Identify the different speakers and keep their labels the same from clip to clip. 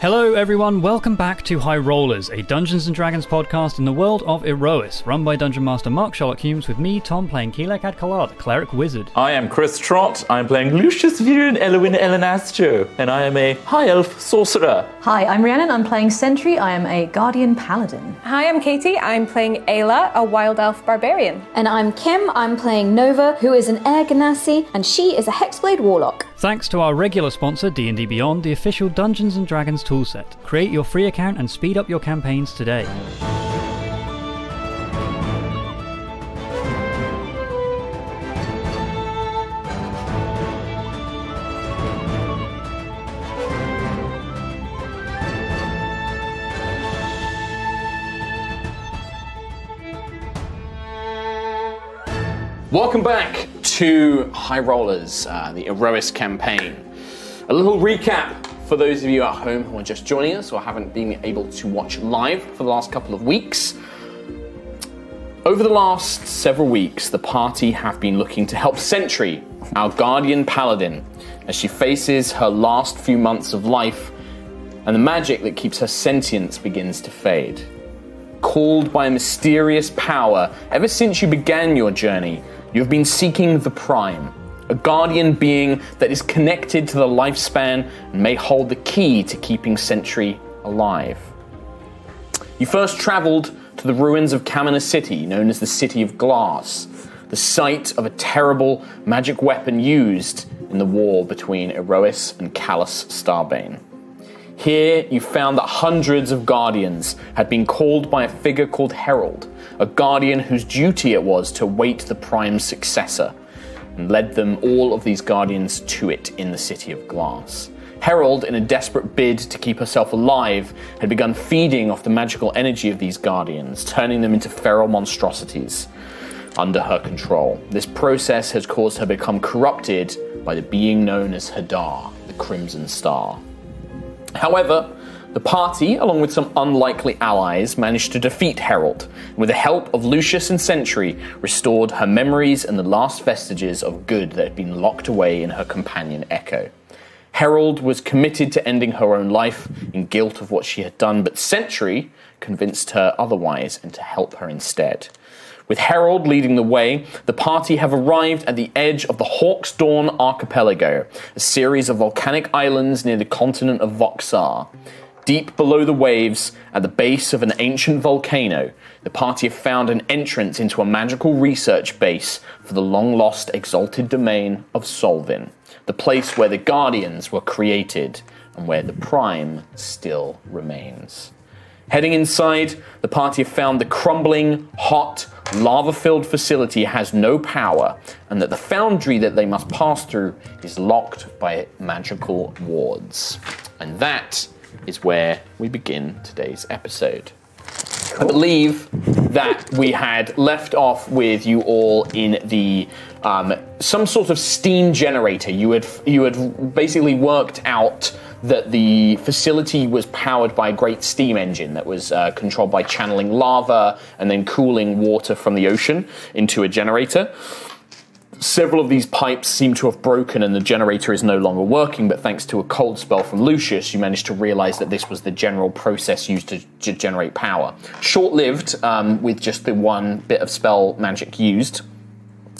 Speaker 1: Hello, everyone. Welcome back to High Rollers, a Dungeons and Dragons podcast in the world of Erois, run by Dungeon Master Mark Sherlock Humes, with me, Tom, playing Kelek Adkalar, the cleric wizard.
Speaker 2: I am Chris Trott. I'm playing Lucius Viren Elwin Elenastro, and I am a high elf sorcerer.
Speaker 3: Hi, I'm Rhiannon. I'm playing Sentry. I am a Guardian Paladin.
Speaker 4: Hi, I'm Katie. I'm playing Ayla, a wild elf barbarian.
Speaker 5: And I'm Kim. I'm playing Nova, who is an Air Ganassi, and she is a Hexblade Warlock.
Speaker 1: Thanks to our regular sponsor, D&D Beyond, the official Dungeons and Dragons toolset. Create your free account and speed up your campaigns today.
Speaker 6: Welcome back to High Rollers, uh, the Erois campaign. A little recap for those of you at home who are just joining us or haven't been able to watch live for the last couple of weeks. Over the last several weeks, the party have been looking to help Sentry, our guardian paladin, as she faces her last few months of life and the magic that keeps her sentience begins to fade called by a mysterious power, ever since you began your journey, you have been seeking the Prime, a guardian being that is connected to the lifespan and may hold the key to keeping Sentry alive. You first travelled to the ruins of Kamina City, known as the City of Glass, the site of a terrible magic weapon used in the war between Erois and Callus Starbane. Here, you found that hundreds of guardians had been called by a figure called Herald, a guardian whose duty it was to await the Prime's successor, and led them all of these guardians to it in the City of Glass. Herald, in a desperate bid to keep herself alive, had begun feeding off the magical energy of these guardians, turning them into feral monstrosities under her control. This process has caused her to become corrupted by the being known as Hadar, the Crimson Star. However, the party, along with some unlikely allies, managed to defeat Herald, and with the help of Lucius and Sentry, restored her memories and the last vestiges of good that had been locked away in her companion Echo. Herald was committed to ending her own life in guilt of what she had done, but Sentry convinced her otherwise and to help her instead. With Harold leading the way, the party have arrived at the edge of the Hawk's Dawn Archipelago, a series of volcanic islands near the continent of Voxar. Deep below the waves, at the base of an ancient volcano, the party have found an entrance into a magical research base for the long lost exalted domain of Solvin, the place where the Guardians were created and where the Prime still remains. Heading inside, the party have found the crumbling, hot, lava filled facility has no power, and that the foundry that they must pass through is locked by magical wards. And that is where we begin today's episode. I believe that we had left off with you all in the um, some sort of steam generator. You had you had basically worked out that the facility was powered by a great steam engine that was uh, controlled by channeling lava and then cooling water from the ocean into a generator. Several of these pipes seem to have broken and the generator is no longer working, but thanks to a cold spell from Lucius, you managed to realize that this was the general process used to g- generate power. Short lived, um, with just the one bit of spell magic used,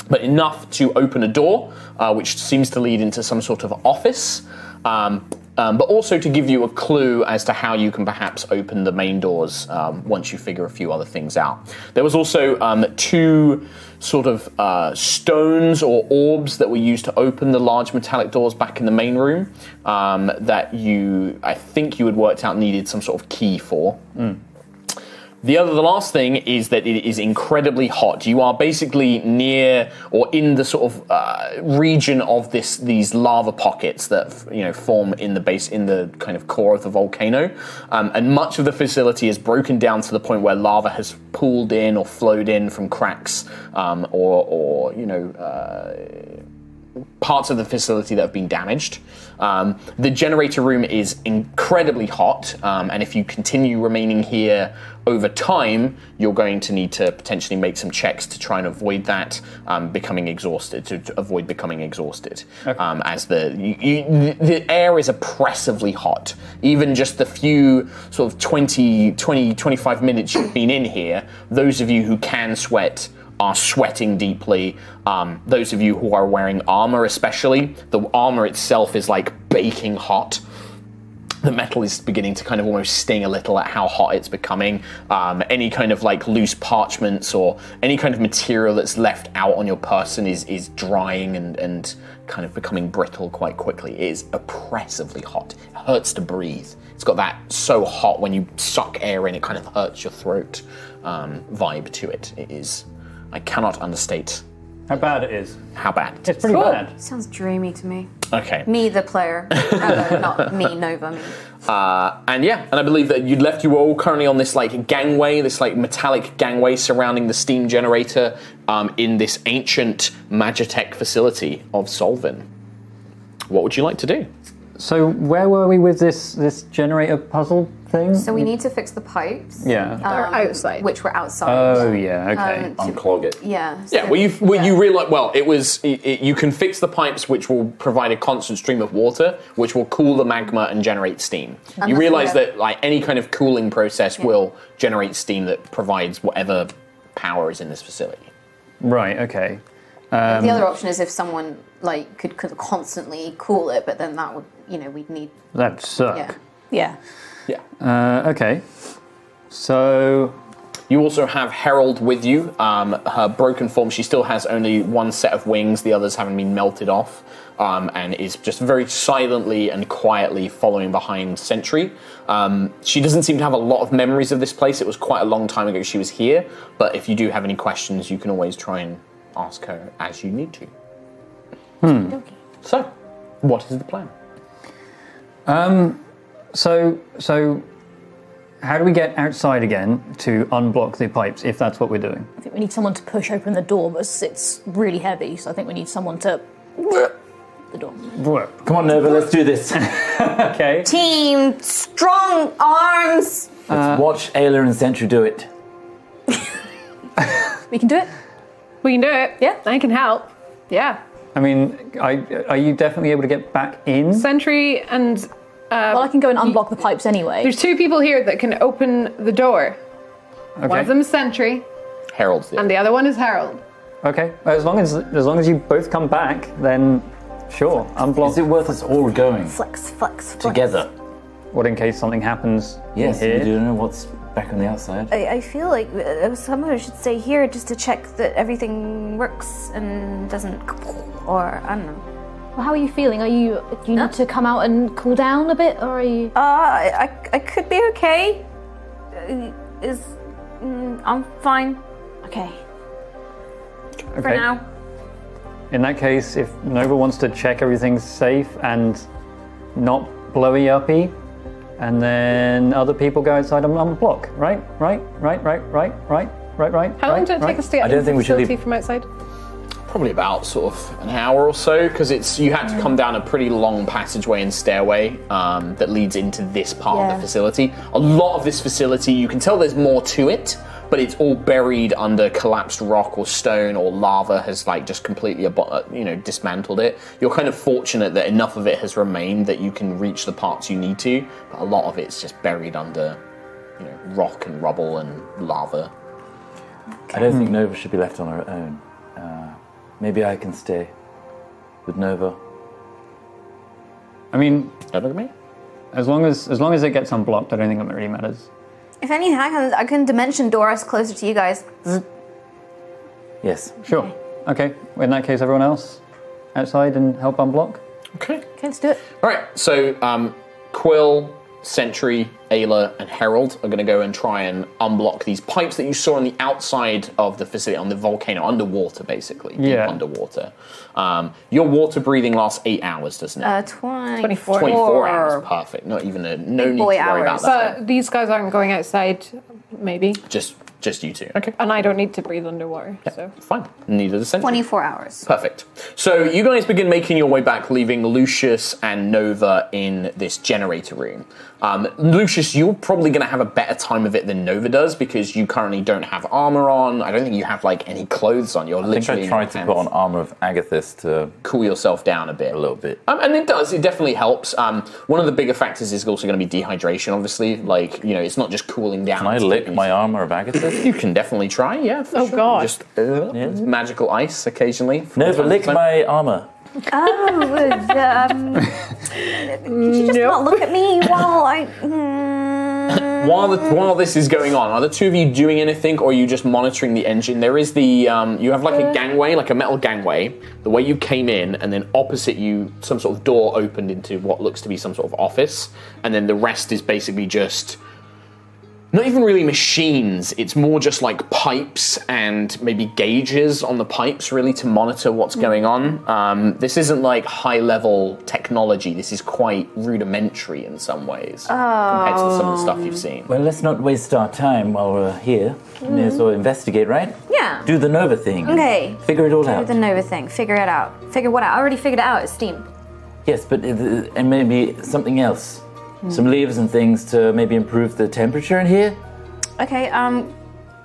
Speaker 6: but enough to open a door, uh, which seems to lead into some sort of office. Um, um, but also to give you a clue as to how you can perhaps open the main doors um, once you figure a few other things out. There was also um, two sort of uh, stones or orbs that were used to open the large metallic doors back in the main room um, that you, I think, you had worked out needed some sort of key for. The other, the last thing is that it is incredibly hot. You are basically near or in the sort of uh, region of this these lava pockets that you know form in the base in the kind of core of the volcano, um, and much of the facility is broken down to the point where lava has pooled in or flowed in from cracks um, or or you know. Uh, parts of the facility that have been damaged. Um, the generator room is incredibly hot, um, and if you continue remaining here over time, you're going to need to potentially make some checks to try and avoid that um, becoming exhausted, to, to avoid becoming exhausted. Um, as the, you, you, the air is oppressively hot. Even just the few sort of 20, 20, 25 minutes you've been in here, those of you who can sweat are sweating deeply. Um, those of you who are wearing armor, especially, the armor itself is like baking hot. The metal is beginning to kind of almost sting a little at how hot it's becoming. Um, any kind of like loose parchments or any kind of material that's left out on your person is is drying and, and kind of becoming brittle quite quickly. It is oppressively hot. It hurts to breathe. It's got that so hot when you suck air in, it kind of hurts your throat um, vibe to it. It is I cannot understate
Speaker 7: How bad it is.
Speaker 6: how bad.
Speaker 7: It's pretty bad.
Speaker 5: Sounds dreamy to me.
Speaker 6: Okay.
Speaker 5: Me, the player. Oh, no, not me, Nova. Me.
Speaker 6: Uh, and yeah, and I believe that you left. You were all currently on this like gangway, this like metallic gangway surrounding the steam generator um, in this ancient Magitech facility of Solvin. What would you like to do?
Speaker 7: So where were we with this this generator puzzle thing?
Speaker 5: So we need to fix the pipes.
Speaker 7: yeah.
Speaker 5: um,
Speaker 8: outside.
Speaker 5: Which were outside.
Speaker 7: oh yeah. Okay.
Speaker 5: Um,
Speaker 6: Unclog it.
Speaker 5: yeah.
Speaker 6: Yeah,
Speaker 5: so-
Speaker 6: well, you well,
Speaker 5: yeah.
Speaker 6: you realize well, it was i i you can fix the pipes, which will provide a constant stream of water, which will cool the magma and generate steam. you
Speaker 5: that's
Speaker 6: realize
Speaker 5: good.
Speaker 6: that like any kind of cooling process will generate steam that provides whatever power is in this facility.
Speaker 7: Right. Okay.
Speaker 5: the other option is if someone like could, could constantly cool it, but then that would you know we'd need
Speaker 7: That suck.
Speaker 5: yeah.
Speaker 8: yeah.
Speaker 6: Yeah.
Speaker 7: Uh, okay. So
Speaker 6: You also have Herald with you. Um, her broken form, she still has only one set of wings, the others haven't been melted off, um, and is just very silently and quietly following behind Sentry. Um, she doesn't seem to have a lot of memories of this place. It was quite a long time ago she was here, but if you do have any questions, you can always try and ask her as you need to.
Speaker 1: Hmm.
Speaker 6: So, what is the plan?
Speaker 7: so so how do we get outside again to unblock the pipes if that's what we're doing?
Speaker 3: I think we need someone to push open the door, but it's really heavy, so I think we need someone to. the door.
Speaker 1: Come on, Nova, let's do this. Let's
Speaker 7: Okay.
Speaker 5: Team strong arms.
Speaker 1: watch Ayla and Sentry do it.
Speaker 3: We can do it.
Speaker 8: We can do it.
Speaker 3: Yeah.
Speaker 8: I can help. Yeah.
Speaker 7: I mean, I, are you definitely able to get back in?
Speaker 8: Sentry and
Speaker 3: well, I can go and unblock the pipes anyway.
Speaker 8: there's two people here that can open the door. One of
Speaker 7: Okay.
Speaker 8: them is Sentry,
Speaker 6: Herald's the
Speaker 8: and the other one is Harold.
Speaker 7: Okay. As long as as long as you both come back, then sure. Unblock.
Speaker 1: Is it worth us all going
Speaker 5: Flex, flex, flex.
Speaker 1: together?
Speaker 7: What in case something happens?
Speaker 1: Yes,
Speaker 7: Here.
Speaker 1: you don't know what's back on the outside.
Speaker 5: I, I feel like uh, someone should stay here just to check that everything works and doesn't. Or I don't know.
Speaker 9: Well, how are you feeling? Are you do you need to come out and cool down a bit, or are you?
Speaker 5: Uh, I, I- I could be okay. Uh, Is mm, I'm fine
Speaker 9: Okay.
Speaker 7: Okay.
Speaker 5: for now.
Speaker 7: In that case, if Nova wants to check everything's safe and not blowy uppy, and then other people go outside on, on the block, right? Right? Right? Right? Right? Right? Right? Right?
Speaker 8: How long
Speaker 7: right,
Speaker 8: did it
Speaker 7: right.
Speaker 8: take us to get
Speaker 1: I don't
Speaker 8: into
Speaker 1: think
Speaker 8: the
Speaker 1: we should leave-
Speaker 8: facility from outside?
Speaker 6: probably about sort of an hour or so because it's you had to come down a pretty long passageway and stairway um, that leads into this part of
Speaker 9: Yeah.
Speaker 6: the facility. A lot of this facility, you can tell there's more to it, but it's all buried under collapsed rock or stone or lava has like just completely abo- uh, you know dismantled it. You're kind of fortunate that enough of it has remained that you can reach the parts you need to, but a lot of it's just buried under you know rock and rubble and lava.
Speaker 1: I don't think Nova should be left on her own. Uh, maybe I can stay with Nova.
Speaker 7: I mean,
Speaker 6: Don't look at me.
Speaker 7: as long as as long as it gets unblocked, I don't think it really matters.
Speaker 5: If anything, I can I can dimension Doris closer to you guys.
Speaker 1: Yes.
Speaker 7: Sure. Okay. In that case, everyone else outside and help unblock.
Speaker 6: Okay.
Speaker 3: Okay, let's do it.
Speaker 6: All right, so um, Quill, Sentry, Ayla, and Herald are going to go and try and unblock these pipes that you saw on the outside of the facility, on the volcano, underwater, basically. deep
Speaker 7: Yeah.
Speaker 6: Underwater. Um, your water breathing lasts eight hours, doesn't it?
Speaker 5: Uh, twenty.
Speaker 8: 24.
Speaker 6: 24 hours, perfect. Not even a, no need to
Speaker 5: boy
Speaker 6: worry about
Speaker 5: hours.
Speaker 6: that.
Speaker 8: But these guys aren't going outside, maybe.
Speaker 6: Just Just you two. Okay,
Speaker 4: And I don't need to breathe underwater, so.
Speaker 6: fine. Neither does Sentry.
Speaker 7: 24 hours.
Speaker 6: Perfect. So you guys begin making your way back, leaving Lucius and Nova in this generator room. Um, Lucius, you're probably going to have a better time of it than Nova does because you currently don't have armor on. I don't think you have like any clothes on. You're
Speaker 2: I think
Speaker 6: literally
Speaker 2: I tried to
Speaker 6: in
Speaker 2: put on
Speaker 6: pants.
Speaker 2: armor of Agathis to
Speaker 6: cool yourself down a bit.
Speaker 2: a little bit.
Speaker 6: Um, and it does. It definitely helps. Um, one of the bigger factors is also going to be dehydration. Obviously, like you know, it's not just cooling down.
Speaker 2: Can I
Speaker 6: It's
Speaker 2: lick
Speaker 6: getting-
Speaker 2: my armor of Agathis?
Speaker 6: You can definitely try. Yeah. for
Speaker 4: Oh,
Speaker 6: sure.
Speaker 4: God.
Speaker 6: Just uh, it's magical ice occasionally.
Speaker 2: no, but lick my armor.
Speaker 7: Oh, would, um, could you just not look at me while I. Mm,
Speaker 6: While, the, while this is going on, are the two of you doing anything, or are you just monitoring the engine? There is the um, you have like a gangway, like a metal gangway, the way you came in, and then opposite you, some sort of door opened into what looks to be some sort of office, and then the rest is basically just not even really machines. It's more just like pipes and maybe gauges on the pipes, really, to monitor what's going on. Um, this isn't like high level technology. This is quite rudimentary in some ways compared to some of the stuff you've seen.
Speaker 2: Well, let's not waste our time while we're here. May as well investigate, right?
Speaker 7: Yeah.
Speaker 2: Do the Nova thing.
Speaker 7: Okay.
Speaker 2: Figure it all out.
Speaker 7: Do the Nova thing. Figure it out. Figure what out? I already figured it out. It's steam.
Speaker 2: Yes, but it- it- and maybe something else,
Speaker 7: Hmm.
Speaker 2: some leaves and things to maybe improve the temperature in here.
Speaker 7: Okay. Um.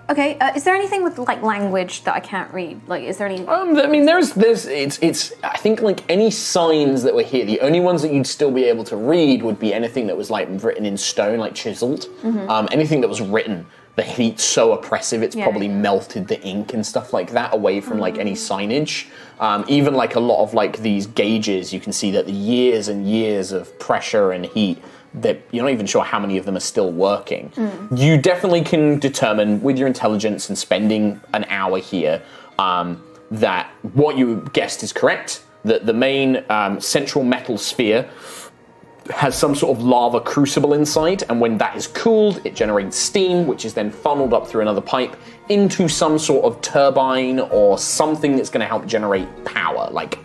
Speaker 7: Okay. Uh, is there anything with like language that I can't read? Like, is there any?
Speaker 6: Um, I mean, there's, there's, it's, it's. I think like any signs that were here, the only ones that you'd still be able to read would be anything that was like written in stone, like chiseled. Um, anything that was written, the heat's so oppressive, it's
Speaker 7: Yeah.
Speaker 6: probably melted the ink and stuff like that away from like any signage. Um, even like a lot of like these gauges, you can see that the years and years of pressure and heat. That you're not even sure how many of them are still working. You definitely can determine with your intelligence and spending an hour here um, that what you guessed is correct. That the main um, central metal sphere has some sort of lava crucible inside, and when that is cooled, it generates steam, which is then funneled up through another pipe into some sort of turbine or something that's going to help generate power, like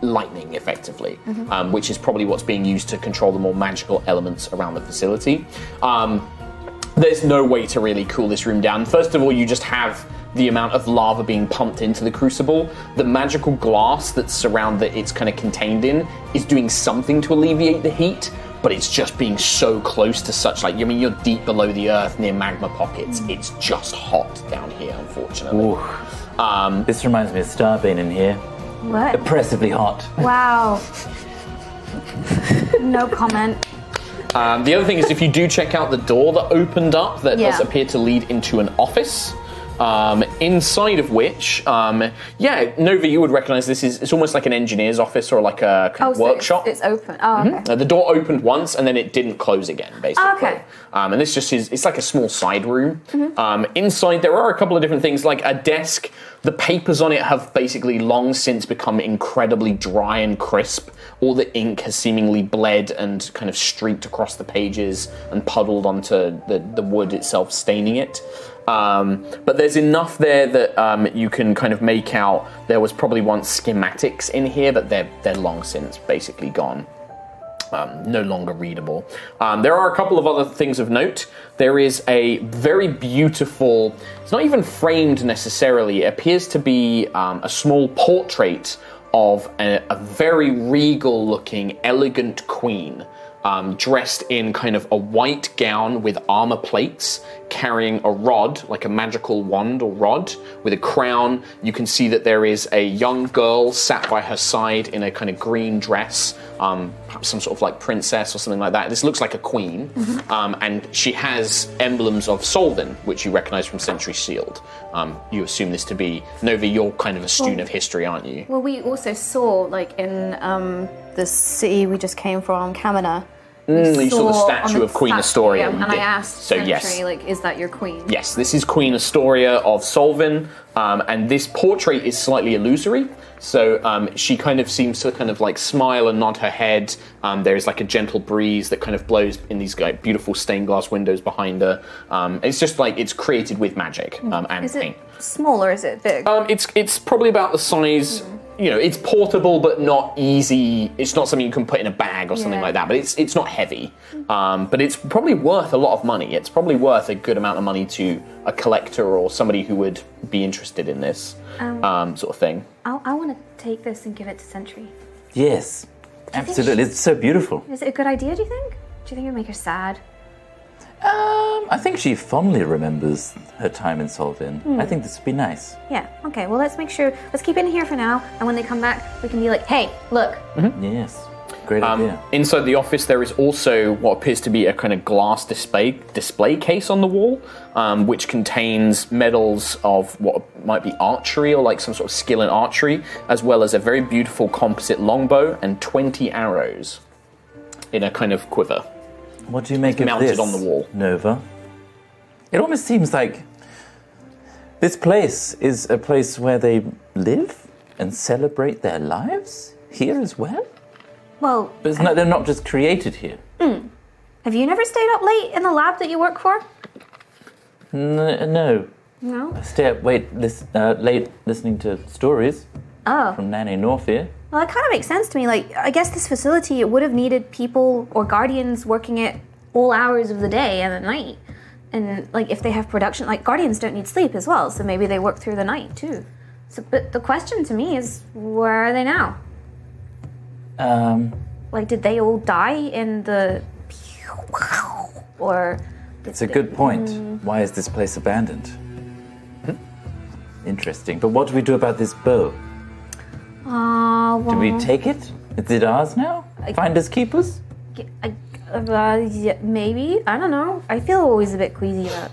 Speaker 6: lightning, effectively, um, which is probably what's being used to control the more magical elements around the facility. Um, there's no way to really cool this room down. First of all, you just have the amount of lava being pumped into the crucible. The magical glass that's surround that it's kind of contained in is doing something to alleviate the heat, but it's just being so close to such like I mean you're deep below the earth near magma pockets. It's just hot down here, unfortunately.
Speaker 2: Ooh.
Speaker 6: Um,
Speaker 2: This reminds me of Starbane in here.
Speaker 7: What?
Speaker 2: Oppressively hot.
Speaker 7: Wow. no comment.
Speaker 6: Um, the other thing is, if you do check out the door that opened up, that
Speaker 7: Yeah.
Speaker 6: does appear to lead into an office. Um, inside of which, um, yeah, Nova, you would recognise this is it's almost like an engineer's office or like a kind
Speaker 7: Oh,
Speaker 6: of
Speaker 7: so it's-
Speaker 6: workshop.
Speaker 7: It's, open. Oh, okay.
Speaker 6: Uh, the door opened once and then it didn't close again, basically.
Speaker 7: Okay.
Speaker 6: Um, and this just is, it's like a small side room. Um, inside, there are a couple of different things, like a desk. The papers on it have basically long since become incredibly dry and crisp. All the ink has seemingly bled and kind of streaked across the pages and puddled onto the, the wood itself, staining it. Um, but there's enough there that um, you can kind of make out. There was probably once schematics in here, but they're they're long since basically gone um, no longer readable. Um, there are a couple of other things of note. There is a very beautiful, it's not even framed necessarily, it appears to be um, a small portrait of a, a very regal looking, elegant queen. Um, dressed in kind of a white gown with armor plates, carrying a rod, like a magical wand or rod, with a crown. You can see that there is a young girl sat by her side in a kind of green dress, um, perhaps some sort of like princess or something like that. This looks like a queen, um, and she has emblems of Solvin, which you recognize from Century Sealed. Um, you assume this to be Nova. You're kind of a student of history, aren't you?
Speaker 7: Well, we also saw, like, in um, the city we just came from, Kamina.
Speaker 6: Mm, you saw the statue of Queen Astoria.
Speaker 7: And
Speaker 6: You
Speaker 7: I
Speaker 6: did.
Speaker 7: asked
Speaker 6: So,
Speaker 7: so,
Speaker 6: yes.
Speaker 7: like, is that your queen?
Speaker 6: Yes, this is Queen Astoria of Solvin, um, and this portrait is slightly illusory. So um, she kind of seems to kind of like smile and nod her head. Um, there is like a gentle breeze that kind of blows in these like, beautiful stained glass windows behind her. Um, it's just like it's created with magic um, and
Speaker 7: Is
Speaker 6: paint. Oh.
Speaker 7: it small or is it big?
Speaker 6: Um, it's it's probably about the size you know, it's portable but not easy. It's not something you can put in a bag or something
Speaker 8: Yeah.
Speaker 6: like that. But it's it's not heavy. Um, but it's probably worth a lot of money. It's probably worth a good amount of money to a collector or somebody who would be interested in this um, sort of thing.
Speaker 8: I, I want to take this and give it to Sentry.
Speaker 2: Yes, absolutely. It's so beautiful.
Speaker 8: Is it a good idea, do you think? Do you think it would make her sad?
Speaker 2: Um, I think she fondly remembers her time in Solvin. I think this would be nice.
Speaker 8: Yeah, okay, well, let's make sure. Let's keep it in here for now, and when they come back, we can be like, hey, look.
Speaker 2: Yes, great idea.
Speaker 6: Um, Inside the office, there is also what appears to be a kind of glass display display case on the wall, um, which contains medals of what might be archery or like some sort of skill in archery, as well as a very beautiful composite longbow and twenty arrows in a kind of quiver.
Speaker 2: What do you make
Speaker 6: It's
Speaker 2: of
Speaker 6: mounted
Speaker 2: this?
Speaker 6: on the wall.
Speaker 2: Nova. It almost seems like this place is a place where they live and celebrate their lives here as well.
Speaker 8: Well,
Speaker 2: But it's not, they're not just created here.
Speaker 8: have you never stayed up late in the lab that you work for?
Speaker 2: N- no,
Speaker 8: No?
Speaker 2: stay up wait, listen, uh, late listening to stories
Speaker 8: Oh.
Speaker 2: from Nanny North here.
Speaker 8: Well, that kind of makes sense to me. Like, I guess this facility it would have needed people or guardians working at all hours of the day and at night. And like, if they have production, like guardians don't need sleep as well, so maybe they work through the night too. So, but the question to me is, where are they now?
Speaker 2: Um,
Speaker 8: Like, did they all die in the? Or
Speaker 2: It's a good point. Why is this place abandoned? Hmm? Interesting. But what do we do about this bow?
Speaker 8: ah, uh,
Speaker 2: Do
Speaker 8: well,
Speaker 10: Mm-hmm.
Speaker 2: we take it? Is it ours now? Finders keepers?
Speaker 8: I, uh, yeah, maybe I don't know. I feel always a bit queasy about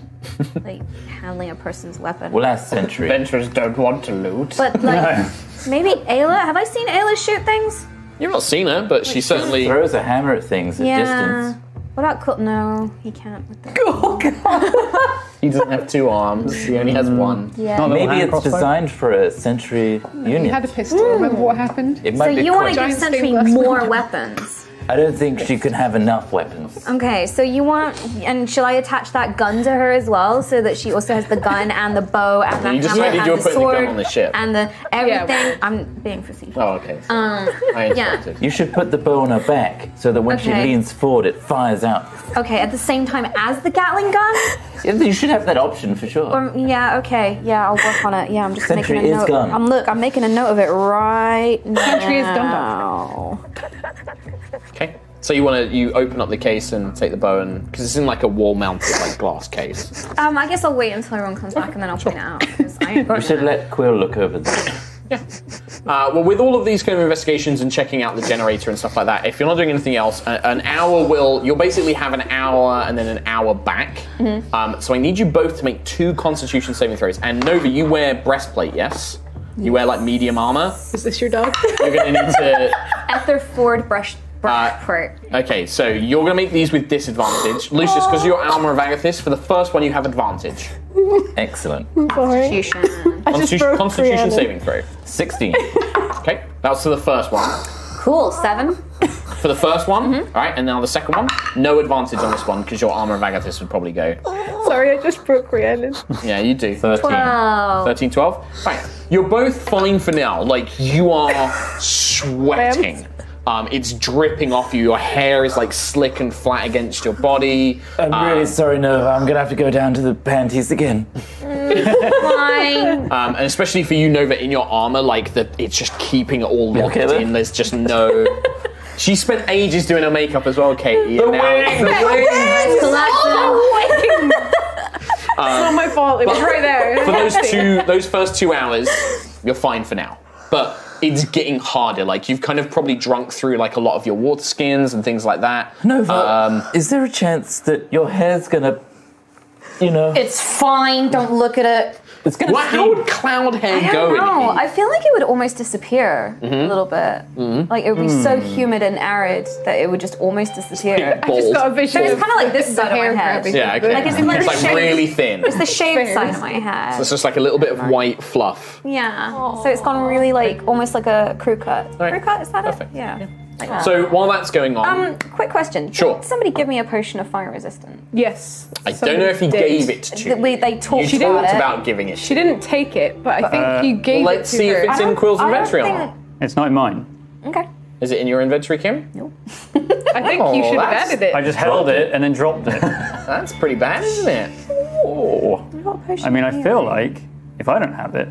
Speaker 8: like handling a person's weapon.
Speaker 2: Well, last century.
Speaker 6: Adventurers don't want to loot.
Speaker 8: But like, maybe Ayla. Have I seen Ayla shoot things?
Speaker 6: You've not seen her, but she certainly
Speaker 2: Throws a hammer at things at
Speaker 8: Yeah.
Speaker 2: distance.
Speaker 8: What about Cl- No, he can't with that.
Speaker 6: he doesn't have two arms. He only has one.
Speaker 5: Not a little
Speaker 2: Maybe
Speaker 5: hand
Speaker 2: it's
Speaker 5: crossbow?
Speaker 2: designed for a century
Speaker 10: You had
Speaker 2: unit.
Speaker 10: a pistol. Remember what happened?
Speaker 2: It
Speaker 8: So
Speaker 2: might be
Speaker 8: you want to
Speaker 2: quite-
Speaker 8: give
Speaker 10: Giant
Speaker 8: Sentry
Speaker 10: stained glass
Speaker 8: more
Speaker 10: window.
Speaker 8: weapons?
Speaker 2: I don't think she can have enough weapons.
Speaker 8: Okay, so you want, and shall I attach that gun to her as well, so that she also has the gun and the bow and the
Speaker 6: You just
Speaker 8: hammer
Speaker 6: said you
Speaker 8: and
Speaker 6: were
Speaker 8: the
Speaker 6: putting the gun
Speaker 8: sword
Speaker 6: on the ship.
Speaker 8: and the everything?
Speaker 10: well-
Speaker 8: I'm being facetious.
Speaker 6: Oh, okay. I interrupted.
Speaker 2: You should put the bow on her back so that when
Speaker 8: Okay.
Speaker 2: she leans forward, it fires out.
Speaker 8: Okay, at the same time as the Gatling gun.
Speaker 2: You should have that option for sure.
Speaker 8: Um, yeah. Okay. Yeah, I'll work on it. Yeah, I'm just
Speaker 2: Sentry
Speaker 8: making a
Speaker 2: is
Speaker 8: note.
Speaker 2: gun.
Speaker 8: I'm look. I'm making a note of it right now.
Speaker 10: Sentry is gun
Speaker 6: Okay. So you want to you open up the case and take the bow and because it's in like a wall mounted like glass case.
Speaker 8: Um, I guess I'll wait until everyone comes back and then I'll point it out. 'cause I ain't
Speaker 2: You should let Quill look over this.
Speaker 6: Uh, well, with all of these kind of investigations and checking out the generator and stuff like that, if you're not doing anything else, a- an hour will you'll basically have an hour and then an hour back.
Speaker 10: Mm-hmm.
Speaker 6: Um, so I need you both to make two Constitution saving throws. And Nova, you wear breastplate, yes? You wear like medium armor.
Speaker 10: Is this your dog?
Speaker 6: You're gonna need to.
Speaker 8: Etherford brush brush part.
Speaker 6: Okay, so you're gonna make these with disadvantage, Lucius, because you're Alma of Agathis. For the first one, you have advantage.
Speaker 2: Excellent.
Speaker 8: Constitution.
Speaker 6: Constitution, Constitution saving throw.
Speaker 2: 16.
Speaker 6: Okay, that was for the first one.
Speaker 8: Cool. Seven.
Speaker 6: For the first one, all right, and now the second one. No advantage on this one because your armor of Agathis would probably go.
Speaker 10: Sorry, I just broke Rhiannon.
Speaker 6: Yeah, you do.
Speaker 2: 13.
Speaker 8: Oh.
Speaker 6: 13, 12. Right, you're both fine for now. Like, you are sweating. Um, it's dripping off you. Your hair is like slick and flat against your body. Um,
Speaker 2: I'm really sorry, Nova. I'm gonna have to go down to the panties again.
Speaker 8: Fine.
Speaker 6: Um, and especially for you, Nova, in your armor, like, the, it's just keeping it all locked
Speaker 2: okay then?
Speaker 6: in. There's just no. she spent ages doing her makeup as well, Katie. and now- the wings!
Speaker 8: Oh,
Speaker 10: it's not my fault. It was right there.
Speaker 6: for those two those first two hours you're fine for now but it's getting harder like you've kind of probably drunk through like a lot of your water skins and things like that
Speaker 2: Nova,
Speaker 6: Um,
Speaker 2: is there a chance that your hair's gonna, you know,
Speaker 8: It's fine. Don't look at it.
Speaker 2: it's gonna?
Speaker 6: Well, how would cloud
Speaker 8: I
Speaker 6: hair go
Speaker 8: don't know.
Speaker 6: in here?
Speaker 8: I feel like it would almost disappear
Speaker 6: Mm-hmm.
Speaker 8: a little bit. Like it would be so
Speaker 6: Mm.
Speaker 8: humid and arid that it would just almost disappear.
Speaker 10: I just
Speaker 6: Bald.
Speaker 10: got a vision.
Speaker 8: There's
Speaker 10: of
Speaker 8: kind of like this side of
Speaker 10: hair
Speaker 8: my head.
Speaker 10: grabbing.
Speaker 6: yeah okay
Speaker 10: Like,
Speaker 8: it's like
Speaker 6: it's like
Speaker 8: shaped-
Speaker 6: really thin
Speaker 8: It's the shaved
Speaker 10: Fair.
Speaker 8: side of my head.
Speaker 6: it's just like a little bit of white fluff
Speaker 8: Yeah. So it's gone really like almost like a crew cut.
Speaker 6: Right.
Speaker 8: Crew cut is that
Speaker 6: Perfect.
Speaker 8: it? Yeah. Like that.
Speaker 6: so while that's going on
Speaker 8: Um, quick question.
Speaker 6: Sure.
Speaker 8: Did somebody give me a potion of fire resistance?
Speaker 10: Yes.
Speaker 6: i don't know if he gave it to you
Speaker 8: Th- we- they talked
Speaker 6: you
Speaker 8: about
Speaker 6: talked
Speaker 8: it.
Speaker 6: about giving it
Speaker 10: She didn't take it, but I think you gave
Speaker 6: Uh, let's
Speaker 10: it to
Speaker 6: see
Speaker 10: her.
Speaker 6: if it's in quill's
Speaker 8: I don't
Speaker 6: inventory
Speaker 8: think-
Speaker 6: or not
Speaker 1: It's not in mine.
Speaker 7: Okay.
Speaker 6: Is it in your inventory, Kim?
Speaker 8: I think you
Speaker 6: Oh,
Speaker 8: should have
Speaker 6: that's-
Speaker 8: added it.
Speaker 1: I just held it and then dropped it.
Speaker 6: That's pretty bad, isn't it?
Speaker 7: I've got a potion
Speaker 1: I mean, I
Speaker 7: here.
Speaker 1: feel like if I don't have it,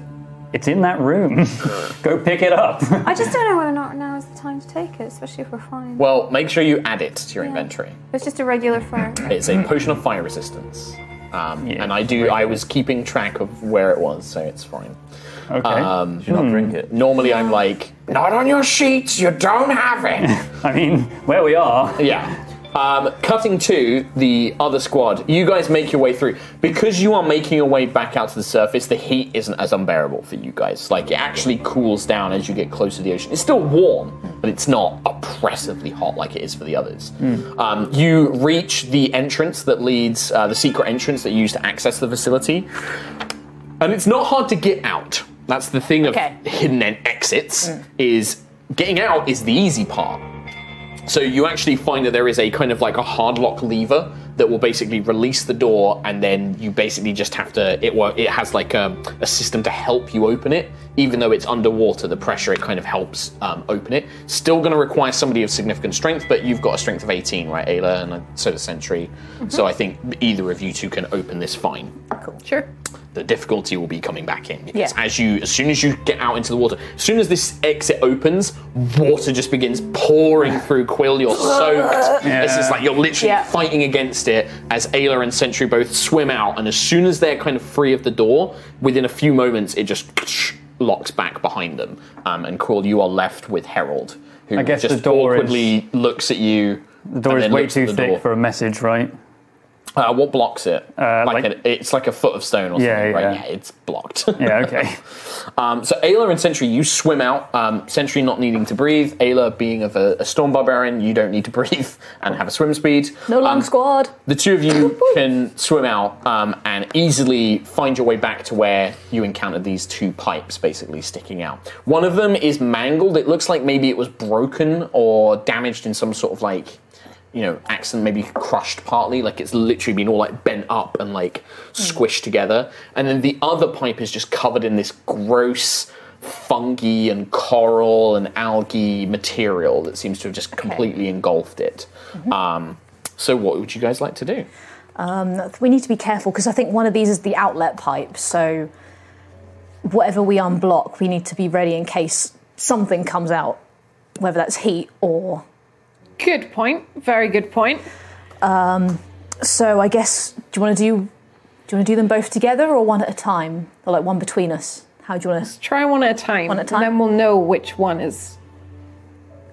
Speaker 1: it's in that room. Go pick it up.
Speaker 7: I just don't know whether or not now is the time to take it, especially if we're fine.
Speaker 6: Well, make sure you add it to your inventory.
Speaker 7: it's just a regular fire.
Speaker 6: It's a potion of fire resistance. Um,
Speaker 1: Yeah.
Speaker 6: and I do. I was keeping track of where it was, so it's fine.
Speaker 1: Okay.
Speaker 6: Um,
Speaker 2: Do not drink it.
Speaker 6: normally, I'm like, not on your sheets. You don't have it.
Speaker 1: I mean, where we are.
Speaker 6: yeah. Um, cutting to the other squad, you guys make your way through because you are making your way back out to the surface. The heat isn't as unbearable for you guys. Like it actually cools down as you get closer to the ocean. It's still warm, but it's not oppressively hot like it is for the others. Um, you reach the entrance that leads uh, the secret entrance that you use to access the facility. And it's not hard to get out. That's the thing
Speaker 10: Okay.
Speaker 6: of hidden en- exits is getting out is the easy part. So you actually find that there is a kind of like a hard lock lever that will basically release the door, and then you basically just have to. It work. It has like a, a system to help you open it, even though it's underwater. The pressure it kind of helps um, open it. Still going to require somebody of significant strength, but you've got a strength of 18, right, Ayla, and uh, so does Sentry. So I think either of you two can open this fine
Speaker 8: Sure.
Speaker 6: the difficulty will be coming back in because
Speaker 10: Yeah.
Speaker 6: as you as soon as you get out into the water as soon as this exit opens water just begins pouring through quill you're soaked it's just like you're literally
Speaker 10: Yeah.
Speaker 6: fighting against it as ayla and sentry both swim out and as soon as they're kind of free of the door within a few moments it just locks back behind them um, and quill you are left with harold who
Speaker 1: I guess
Speaker 6: just
Speaker 1: the door is-
Speaker 6: awkwardly looks at you
Speaker 1: The door
Speaker 6: and
Speaker 1: is
Speaker 6: then
Speaker 1: way
Speaker 6: looks at
Speaker 1: too
Speaker 6: the
Speaker 1: thick
Speaker 6: door.
Speaker 1: for a message, right?
Speaker 6: Uh, what blocks it?
Speaker 1: Uh,
Speaker 6: like
Speaker 1: like-
Speaker 6: a, it's like a foot of stone or
Speaker 1: Yeah,
Speaker 6: something, right?
Speaker 1: yeah.
Speaker 6: Yeah, it's blocked.
Speaker 1: Yeah, okay.
Speaker 6: Um, so Ayla and Sentry, you swim out. Um, Sentry not needing to breathe. Ayla being of a, a storm barbarian, you don't need to breathe and have a swim speed.
Speaker 10: No long
Speaker 6: Um,
Speaker 10: squad.
Speaker 6: The two of you can swim out um, and easily find your way back to where you encountered these two pipes basically sticking out. One of them is mangled. It looks like maybe it was broken or damaged in some sort of like, you know, accident, maybe crushed partly. Like it's literally been all like bent up and like squished together. And then the other pipe is just covered in this gross fungi and coral and algae material that seems to have just completely engulfed it. Um, so, what would you guys like to do?
Speaker 3: Um,
Speaker 10: We need to be careful because I think one of these is the outlet pipe. So whatever we unblock, we need to be ready in case something comes out, whether that's heat or.
Speaker 8: Good point. Very good point.
Speaker 10: So I guess do you want to do? Do you want to do them both together or one at a time, or like one between us? How do you want to?
Speaker 8: Try one at a time.
Speaker 10: One at a time.
Speaker 8: And then we'll know which one is.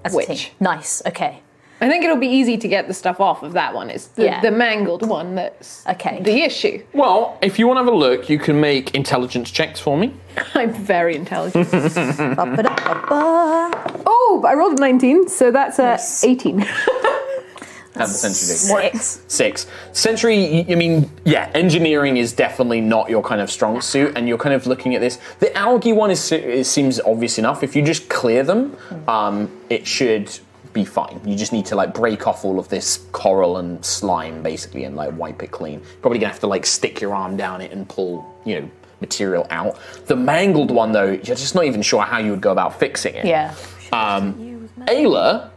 Speaker 10: As
Speaker 8: Which?
Speaker 10: a team. Nice. Okay.
Speaker 8: I think it'll be easy to get the stuff off of that one. It's the,
Speaker 10: Yeah.
Speaker 8: the mangled one that's
Speaker 10: Okay.
Speaker 8: the issue.
Speaker 6: Well, if you want to have a look, you can make intelligence checks for me.
Speaker 8: I'm very intelligent.
Speaker 10: Ba-ba-da-ba-ba.
Speaker 8: oh, but I rolled a 19, so that's a 18.
Speaker 6: Have the century do.
Speaker 10: Six.
Speaker 6: Six. Century, y- I mean, yeah, engineering is definitely not your kind of strong suit, and you're kind of looking at this. The algae one is it seems obvious enough. If you just clear them, um, it should be fine. You just need to like break off all of this coral and slime basically and like wipe it clean. Probably gonna have to like stick your arm down it and pull, you know, material out. The mangled one though, you're just not even sure how you would go about fixing it.
Speaker 10: Yeah.
Speaker 6: Um, Ayla,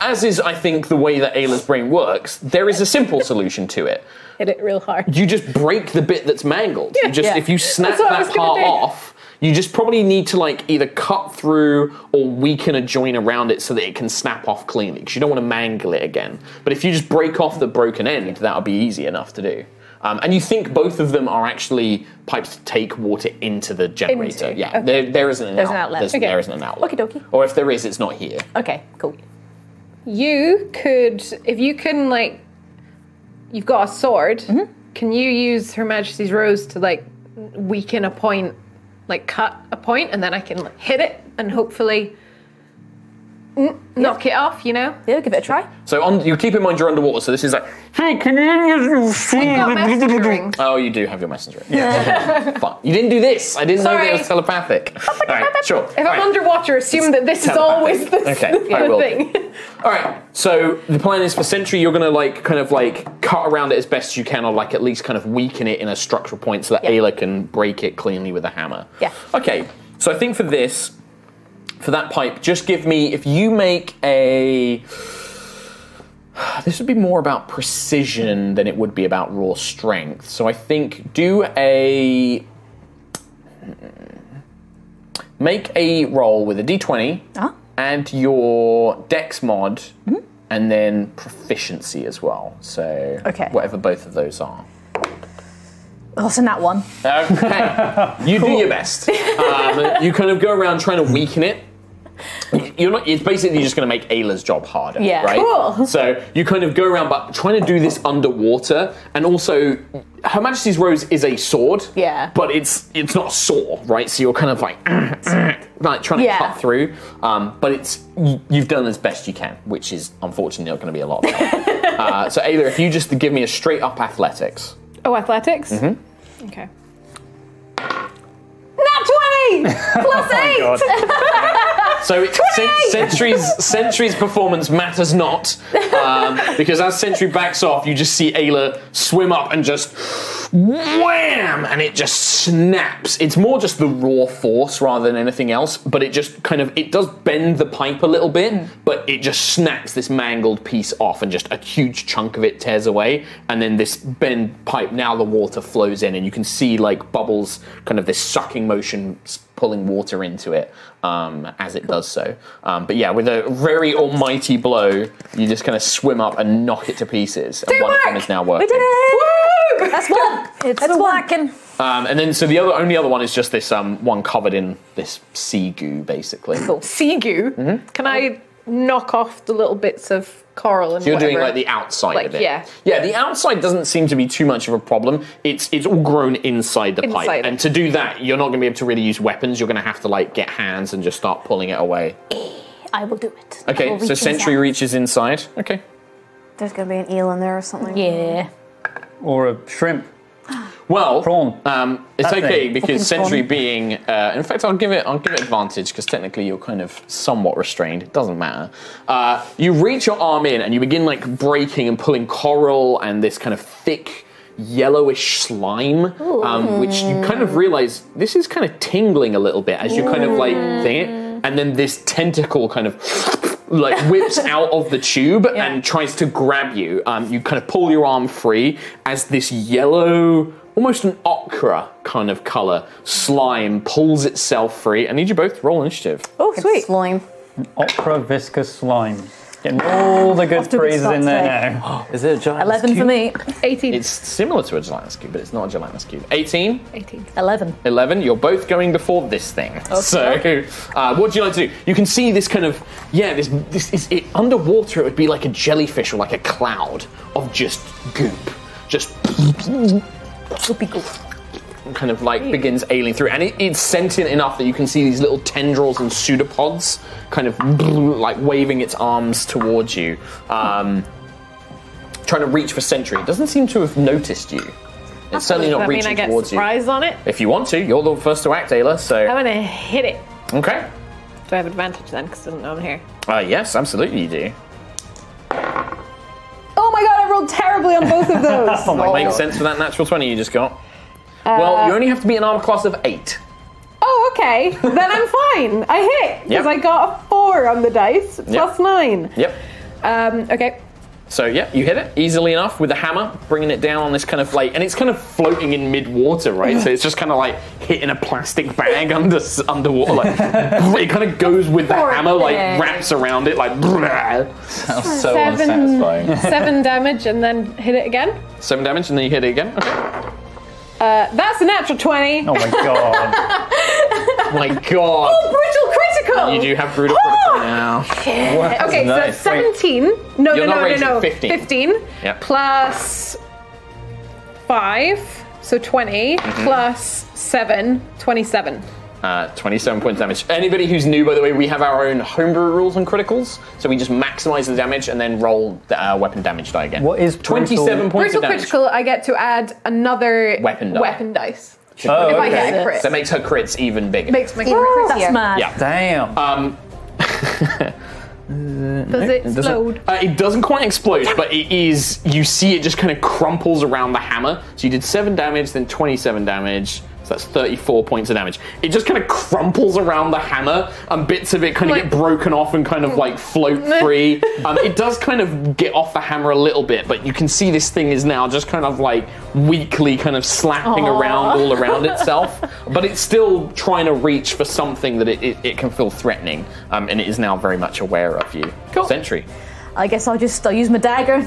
Speaker 6: as is, I think, the way that Ayla's brain works, there is a simple solution to it.
Speaker 8: Hit it real hard.
Speaker 6: You just break the bit that's mangled. you just
Speaker 8: Yeah.
Speaker 6: if you snap
Speaker 8: That's what I
Speaker 6: that
Speaker 8: was gonna
Speaker 6: part
Speaker 8: do.
Speaker 6: off, you just probably need to like either cut through or weaken a joint around it so that it can snap off cleanly. Because you don't want to mangle it again. But if you just break off the broken end, that'll be easy enough to do. Um, and you think both of them are actually pipes to take water into the generator?
Speaker 8: Into,
Speaker 6: Yeah, there, there isn't an
Speaker 10: There's an
Speaker 6: out-
Speaker 10: outlet.
Speaker 6: There's,
Speaker 10: Okay.
Speaker 6: There isn't an outlet.
Speaker 10: Okie dokie.
Speaker 6: Or if there is, it's not here.
Speaker 10: Okay. Cool.
Speaker 8: You could, if you can, like, you've got a sword.
Speaker 4: Mm-hmm.
Speaker 8: Can you use Her Majesty's Rose to, like, weaken a point, like, cut a point, and then I can like, hit it and hopefully n- knock it off, you know?
Speaker 10: Yeah. Give it a try.
Speaker 6: So on, you keep in mind you're underwater, so this is like. Hey, can you
Speaker 8: Got messenger ring.
Speaker 6: Oh, you do have your messenger. Yeah. Fine. You didn't do this. I didn't know
Speaker 8: Sorry.
Speaker 6: that it was telepathic. All right, sure.
Speaker 8: If I'm underwater, assume that this is always the,
Speaker 6: Okay, I
Speaker 8: the
Speaker 6: will do.
Speaker 8: thing.
Speaker 6: All right. So the plan is for Sentry, you're gonna like kind of like cut around it as best you can, or like at least kind of weaken it in a structural point so that
Speaker 10: Yeah.
Speaker 6: Ayla can break it cleanly with a hammer.
Speaker 10: Yeah.
Speaker 6: Okay. So I think for this, for that pipe, just give me if you make a. This would be more about precision than it would be about raw strength. So I think do a make a roll with a d20, add your dex mod, and then proficiency as well. So
Speaker 10: Okay.
Speaker 6: whatever both of those are.
Speaker 10: Oh, it's in that one.
Speaker 6: Okay, you do your best. Um, you kind of go around trying to weaken it. You're not. It's basically just going to make Ayla's job harder.
Speaker 10: Yeah.
Speaker 6: Right. So you kind of go around, but trying to do this underwater, and also, Her Majesty's Rose is a sword.
Speaker 10: Yeah.
Speaker 6: But it's it's not a saw, right? So you're kind of like, like trying to
Speaker 10: Yeah.
Speaker 6: cut through. Um, but it's you, you've done as best you can, which is unfortunately not going to be a lot. Of help. uh, so Ayla, if you just give me a straight up athletics.
Speaker 4: Oh, athletics?
Speaker 8: Mm-hmm.
Speaker 4: Okay. Nat 20! Plus 8!
Speaker 6: So Sen- Sentry's Sentry's performance matters not um, because as Sentry backs off, you just see Ayla swim up and just wham, and it just snaps. It's more just the raw force rather than anything else, but it just kind of it does bend the pipe a little bit, but it just snaps this mangled piece off, and just a huge chunk of it tears away, and then this bend pipe. Now the water flows in, and you can see like bubbles, kind of this sucking motion s- pulling water into it um, as it does so. Um, but yeah, with a very almighty blow, you just kind of swim up and knock it to pieces. And one of them is now working.
Speaker 10: it! That's one. It's That's whacking.
Speaker 6: Um, and then, so the other only other one is just this um, one covered in this sea goo, basically. So
Speaker 8: Sea goo. Can I knock off the little bits of coral and
Speaker 6: you're doing
Speaker 8: whatever?
Speaker 6: like the outside
Speaker 8: Like,
Speaker 6: of it.
Speaker 8: yeah.
Speaker 6: yeah. The outside doesn't seem to be too much of a problem. It's it's all grown inside the
Speaker 8: Inside
Speaker 6: pipe,
Speaker 8: it.
Speaker 6: and to do that, you're not going to be able to really use weapons. You're going to have to like get hands and just start pulling it away.
Speaker 7: I will do it. I
Speaker 6: Okay,
Speaker 7: will
Speaker 6: so
Speaker 7: reach
Speaker 6: Sentry
Speaker 7: inside.
Speaker 6: reaches inside. Okay.
Speaker 7: There's gonna be an eel in there or something.
Speaker 10: Yeah.
Speaker 1: Or a shrimp.
Speaker 6: Well,
Speaker 1: Prawn.
Speaker 6: Um, it's
Speaker 1: That
Speaker 6: okay
Speaker 1: thing.
Speaker 6: because
Speaker 10: Fucking prawn.
Speaker 6: Sentry being, uh, in fact, I'll give it, I'll give it advantage because technically you're kind of somewhat restrained. It doesn't matter. Uh, you reach your arm in and you begin like breaking and pulling coral and this kind of thick yellowish slime, um, which you kind of realize this is kind of tingling a little bit as you're kind of like thing it, and then this tentacle kind of like whips out of the tube and tries to grab you. Um, you kind of pull your arm free as this yellow, almost an ochre kind of color slime pulls itself free. I need you both to roll initiative.
Speaker 10: Oh, sweet.
Speaker 5: Slime.
Speaker 1: Opera viscous slime. Getting all the good
Speaker 10: to a good
Speaker 1: phrases
Speaker 10: start
Speaker 1: in there
Speaker 10: today.
Speaker 1: now.
Speaker 2: Is it a giant?
Speaker 10: 11 for me.
Speaker 8: 18.
Speaker 6: It's similar to a gelatinous cube, but it's not a gelatinous cube. 18,
Speaker 8: 18.
Speaker 10: 11.
Speaker 6: 11, you're both going before this thing. So, uh, what do you like to do? You can see this kind of, yeah, this, this is, it, underwater it would be like a jellyfish or like a cloud of just goop. Just
Speaker 10: Whoopee goop.
Speaker 6: kind of like begins ailing through. And it, it's sentient enough that you can see these little tendrils and pseudopods kind of like waving its arms towards you, um, trying to reach for Sentry. It doesn't seem to have noticed you. It's certainly
Speaker 8: Does
Speaker 6: not
Speaker 8: that mean
Speaker 6: reaching
Speaker 8: I get
Speaker 6: towards
Speaker 8: surprise
Speaker 6: you.
Speaker 8: on it?
Speaker 6: If you want to, you're the first to act, Ayla,
Speaker 8: I'm
Speaker 6: so.
Speaker 8: gonna hit it.
Speaker 6: Okay.
Speaker 8: Do I have advantage then? Because it doesn't know I'm here.
Speaker 6: Uh, yes, absolutely you do.
Speaker 4: Oh my god, I rolled terribly on both of those.
Speaker 8: Oh
Speaker 6: That makes sense for that natural 20 you just got.
Speaker 8: Uh,
Speaker 6: well, you only have to be an armor class of 8.
Speaker 4: oh, okay. Then I'm fine. I hit
Speaker 6: Yep.
Speaker 4: because I got a 4 on the dice, plus 9.
Speaker 6: Yep.
Speaker 4: Um, okay.
Speaker 6: So yeah, you hit it easily enough with a hammer, bringing it down on this kind of like, and it's kind of floating in mid-water, right? So it's just kind of like hitting a plastic bag under underwater. Like it kind of goes with the hammer, like wraps around it, like.
Speaker 2: Sounds so
Speaker 8: Seven.
Speaker 2: unsatisfying.
Speaker 8: 7 damage and then hit it again.
Speaker 6: Seven damage, and then you hit it again. Okay.
Speaker 8: Uh, that's a natural 20.
Speaker 1: Oh my god.
Speaker 6: My God,
Speaker 8: Brutal critical!
Speaker 6: you do have brutal
Speaker 8: Oh!
Speaker 6: critical now.
Speaker 8: Okay,
Speaker 2: Nice.
Speaker 8: so 17. No,
Speaker 6: You're
Speaker 8: no,
Speaker 6: not
Speaker 8: no,
Speaker 6: raising
Speaker 8: no, no.
Speaker 6: 15.
Speaker 8: 15
Speaker 6: Yep.
Speaker 8: plus 5, so 20,
Speaker 6: Mm-hmm.
Speaker 8: plus 7, 27.
Speaker 6: Uh, 27 points damage. Anybody who's new, by the way, we have our own homebrew rules and criticals, so we just maximize the damage and then roll the uh, weapon damage die again.
Speaker 1: What is brutal-
Speaker 6: 27 points
Speaker 8: Brutal
Speaker 6: of damage?
Speaker 8: critical, I get to add another
Speaker 6: Weapon die.
Speaker 8: weapon dice.
Speaker 1: Oh,
Speaker 8: If I
Speaker 1: okay.
Speaker 8: get a crit.
Speaker 6: That makes her crits even bigger.
Speaker 8: makes my crit
Speaker 10: That's
Speaker 8: critical.
Speaker 10: mad.
Speaker 6: yeah.
Speaker 1: Damn.
Speaker 6: Um,
Speaker 8: Does it explode?
Speaker 6: Uh, it doesn't quite explode, but it is. You see, it just kind of crumples around the hammer. So you did seven damage, then twenty-seven damage, So that's 34 points of damage. It just kind of crumples around the hammer, and bits of it kind of
Speaker 8: Like-
Speaker 6: get broken off and kind of like float free. Um, it does kind of get off the hammer a little bit, but you can see this thing is now just kind of like weakly kind of slapping around all around itself. But it's still trying to reach for something that it, it, it can feel threatening, um, and it is now very much aware of you. Cool. Sentry.
Speaker 10: I guess I'll just I'll use my dagger.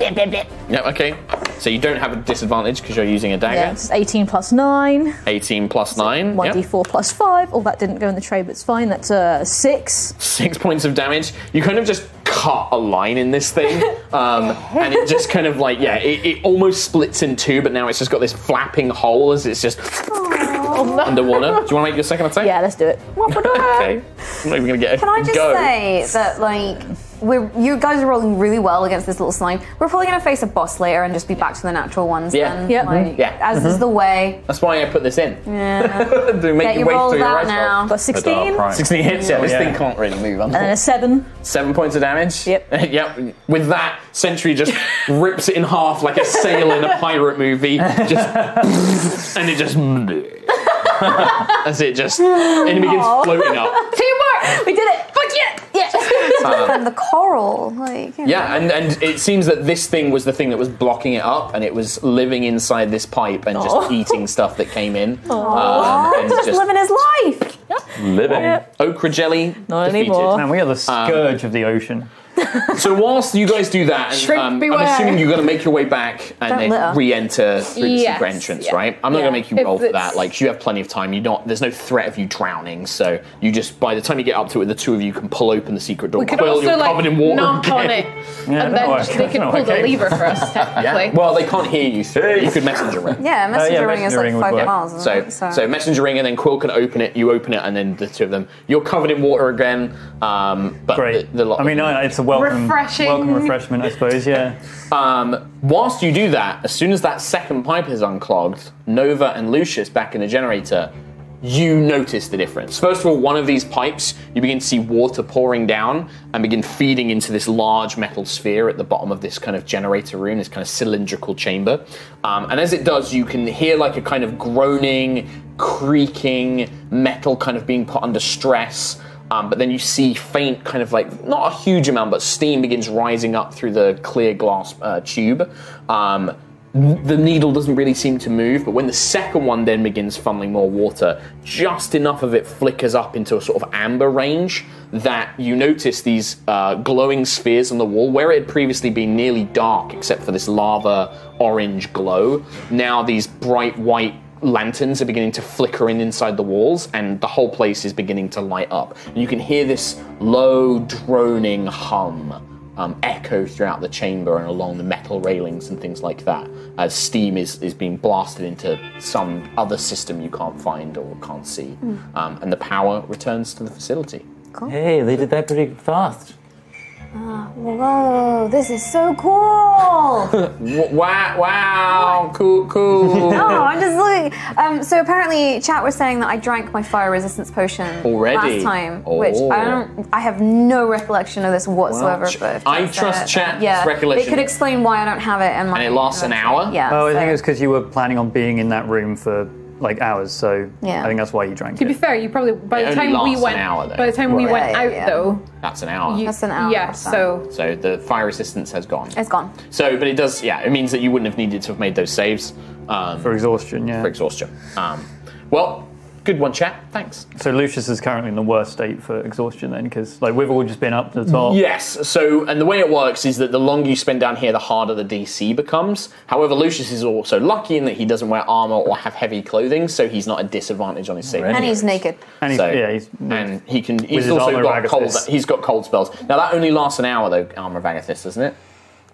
Speaker 10: Bit, bit, bit.
Speaker 6: Yeah, okay. So you don't have a disadvantage because you're using a
Speaker 10: Yeah,
Speaker 6: dagger.
Speaker 10: it's 18 plus 9,
Speaker 6: 18 plus 9. yeah.
Speaker 10: 1d4 plus 5. All that didn't go in the tray, but it's fine. That's uh, 6.
Speaker 6: six points of damage. You kind of just cut a line in this thing, um, and it just kind of like yeah, it, it almost splits in two, but now it's just got this flapping hole as it's just
Speaker 10: Oh,
Speaker 6: underwater. Do you want to make your second attack?
Speaker 10: Yeah, let's do it.
Speaker 6: okay. I'm not even gonna get.
Speaker 7: Can I just
Speaker 6: go.
Speaker 7: say that, like, we're, you guys are rolling really well against this little slime. We're probably going to face a boss later and just be back to the natural ones.
Speaker 6: Yeah. Mm-hmm.
Speaker 7: Then,
Speaker 10: Yeah.
Speaker 7: Like,
Speaker 6: Yeah.
Speaker 7: As is the way.
Speaker 6: That's why I put this in.
Speaker 7: Yeah.
Speaker 6: to make
Speaker 7: Get
Speaker 6: you
Speaker 7: your
Speaker 6: wait
Speaker 7: roll
Speaker 6: till your
Speaker 7: out
Speaker 6: ice roll.
Speaker 7: now. Uh,
Speaker 10: Got 16 and
Speaker 6: 16 hits, yeah, this
Speaker 1: Yeah.
Speaker 6: thing can't really move. on.
Speaker 10: then a 7.
Speaker 6: Seven points of damage.
Speaker 10: Yep.
Speaker 6: yep. With that, Sentry just rips it in half like a sail in a pirate movie. Just and it just as it just and it begins floating up.
Speaker 7: Teamwork! We did it! Fuck yeah! Yes! and the coral. Like, you know.
Speaker 6: Yeah, and, and it seems that this thing was the thing that was blocking it up, and it was living inside this pipe and just
Speaker 10: Aw.
Speaker 6: eating stuff that came in.
Speaker 7: Oh,
Speaker 6: Um,
Speaker 7: Aw,
Speaker 6: and
Speaker 7: just,
Speaker 6: just
Speaker 7: living his life!
Speaker 2: Living.
Speaker 6: okra jelly.
Speaker 10: Not
Speaker 6: defeated.
Speaker 10: anymore.
Speaker 1: Man, we
Speaker 6: Um,
Speaker 1: are the scourge of the ocean.
Speaker 6: So whilst you guys do that, and,
Speaker 8: Shrimp
Speaker 6: um, I'm
Speaker 8: beware.
Speaker 6: assuming you're going to make your way back and
Speaker 7: Don't litter.
Speaker 6: then re-enter through the
Speaker 8: Yes,
Speaker 6: secret entrance,
Speaker 8: yeah.
Speaker 6: right? I'm not
Speaker 8: Yeah.
Speaker 6: going to make you
Speaker 8: If
Speaker 6: roll for
Speaker 8: it's-
Speaker 6: that. Like you have plenty of time. You not there's no threat of you drowning, so you just by the time you get up to it, the two of you can pull open the secret door.
Speaker 8: We could
Speaker 6: Quill,
Speaker 8: also
Speaker 6: you're
Speaker 8: like
Speaker 6: covered in water
Speaker 8: knock
Speaker 6: again.
Speaker 8: on it,
Speaker 1: Yeah,
Speaker 8: and
Speaker 1: that
Speaker 8: then
Speaker 1: works.
Speaker 8: they could
Speaker 1: No,
Speaker 8: pull the
Speaker 1: okay.
Speaker 8: lever for us technically.
Speaker 6: Yeah. Well, they can't hear you. So
Speaker 2: Hey.
Speaker 6: You could messenger ring.
Speaker 7: Uh, Yeah, messenger
Speaker 1: yeah,
Speaker 7: ring is
Speaker 1: messenger
Speaker 7: like
Speaker 1: ring would
Speaker 7: five
Speaker 1: work.
Speaker 7: miles. isn't
Speaker 6: So,
Speaker 7: it?
Speaker 6: so messenger ring, and then Quill can open it. You open it, and then the two of them. You're covered in water again. Um, but
Speaker 1: Great.
Speaker 6: The, the lot
Speaker 1: I mean,
Speaker 6: of,
Speaker 1: no, it's a welcome,
Speaker 8: Refreshing.
Speaker 1: welcome refreshment, I suppose. Yeah.
Speaker 6: Um, whilst you do that, as soon as that second pipe is unclogged, Nova and Lucius back in the generator, you notice the difference. First of all, one of these pipes, you begin to see water pouring down and begin feeding into this large metal sphere at the bottom of this kind of generator room, this kind of cylindrical chamber. Um, and as it does, you can hear like a kind of groaning, creaking, metal kind of being put under stress. Um, but then you see faint, kind of like not a huge amount, but steam begins rising up through the clear glass uh, tube. Um, n- the needle doesn't really seem to move, but when the second one then begins funneling more water, just enough of it flickers up into a sort of amber range that you notice these uh, glowing spheres on the wall. Where it had previously been nearly dark, except for this lava orange glow, now these bright white lanterns are beginning to flicker in inside the walls and the whole place is beginning to light up and you can hear this low droning hum um, echo throughout the chamber and along the metal railings and things like that as steam is, is being blasted into some other system you can't find or can't see um, and the power returns to the facility
Speaker 2: Hey, they did that pretty fast.
Speaker 7: Whoa, this is so cool!
Speaker 6: W- wow wow cool cool
Speaker 7: Oh, I'm just looking. Um, so apparently, chat was saying that I drank my fire resistance potion
Speaker 6: Already?
Speaker 7: last time, which I
Speaker 6: Oh.
Speaker 7: don't. I have no recollection of this whatsoever.
Speaker 6: Wow.
Speaker 7: But if
Speaker 6: I
Speaker 7: Chat said
Speaker 6: trust
Speaker 7: it,
Speaker 6: Chat's
Speaker 7: yeah,
Speaker 6: recollection.
Speaker 7: It could explain why I don't have it. And, my,
Speaker 6: it lasts an hour?
Speaker 7: Yeah.
Speaker 1: Oh, I think
Speaker 7: so-
Speaker 1: it's because you were planning on being in that room for like hours, so
Speaker 7: Yeah.
Speaker 1: I think that's why you drank
Speaker 8: To be
Speaker 1: it.
Speaker 8: fair, you probably by
Speaker 6: It
Speaker 8: the
Speaker 6: only
Speaker 8: time we
Speaker 6: lasts an
Speaker 8: went
Speaker 6: hour, though.
Speaker 8: by the time we
Speaker 7: Right.
Speaker 8: went
Speaker 7: Yeah,
Speaker 8: out
Speaker 7: yeah, yeah.
Speaker 8: though,
Speaker 6: that's an hour
Speaker 8: you-
Speaker 7: That's an hour
Speaker 8: Yeah,
Speaker 7: or
Speaker 8: so
Speaker 7: something.
Speaker 6: so the fire resistance has gone
Speaker 7: it's gone.
Speaker 6: so but it does yeah it means that you wouldn't have needed to have made those saves um,
Speaker 1: For exhaustion, yeah.
Speaker 6: for exhaustion. Um, well, good one, chat. Thanks.
Speaker 1: So Lucius is currently in the worst state for exhaustion then, because like we've all just been up to the top.
Speaker 6: Yes. So, and the way it works is that the longer you spend down here, the harder the DC becomes. However, Lucius is also lucky in that he doesn't wear armor or have heavy clothing, so he's not at disadvantage on his save.
Speaker 7: And he's naked.
Speaker 1: And he's,
Speaker 6: So-
Speaker 1: yeah, he's,
Speaker 6: and he can.
Speaker 1: With
Speaker 6: He's
Speaker 1: his
Speaker 6: also
Speaker 1: armor of
Speaker 6: got
Speaker 1: Agathis.
Speaker 6: cold. He's got cold spells. Now that only lasts an hour, though. Armor of Agathis, doesn't it?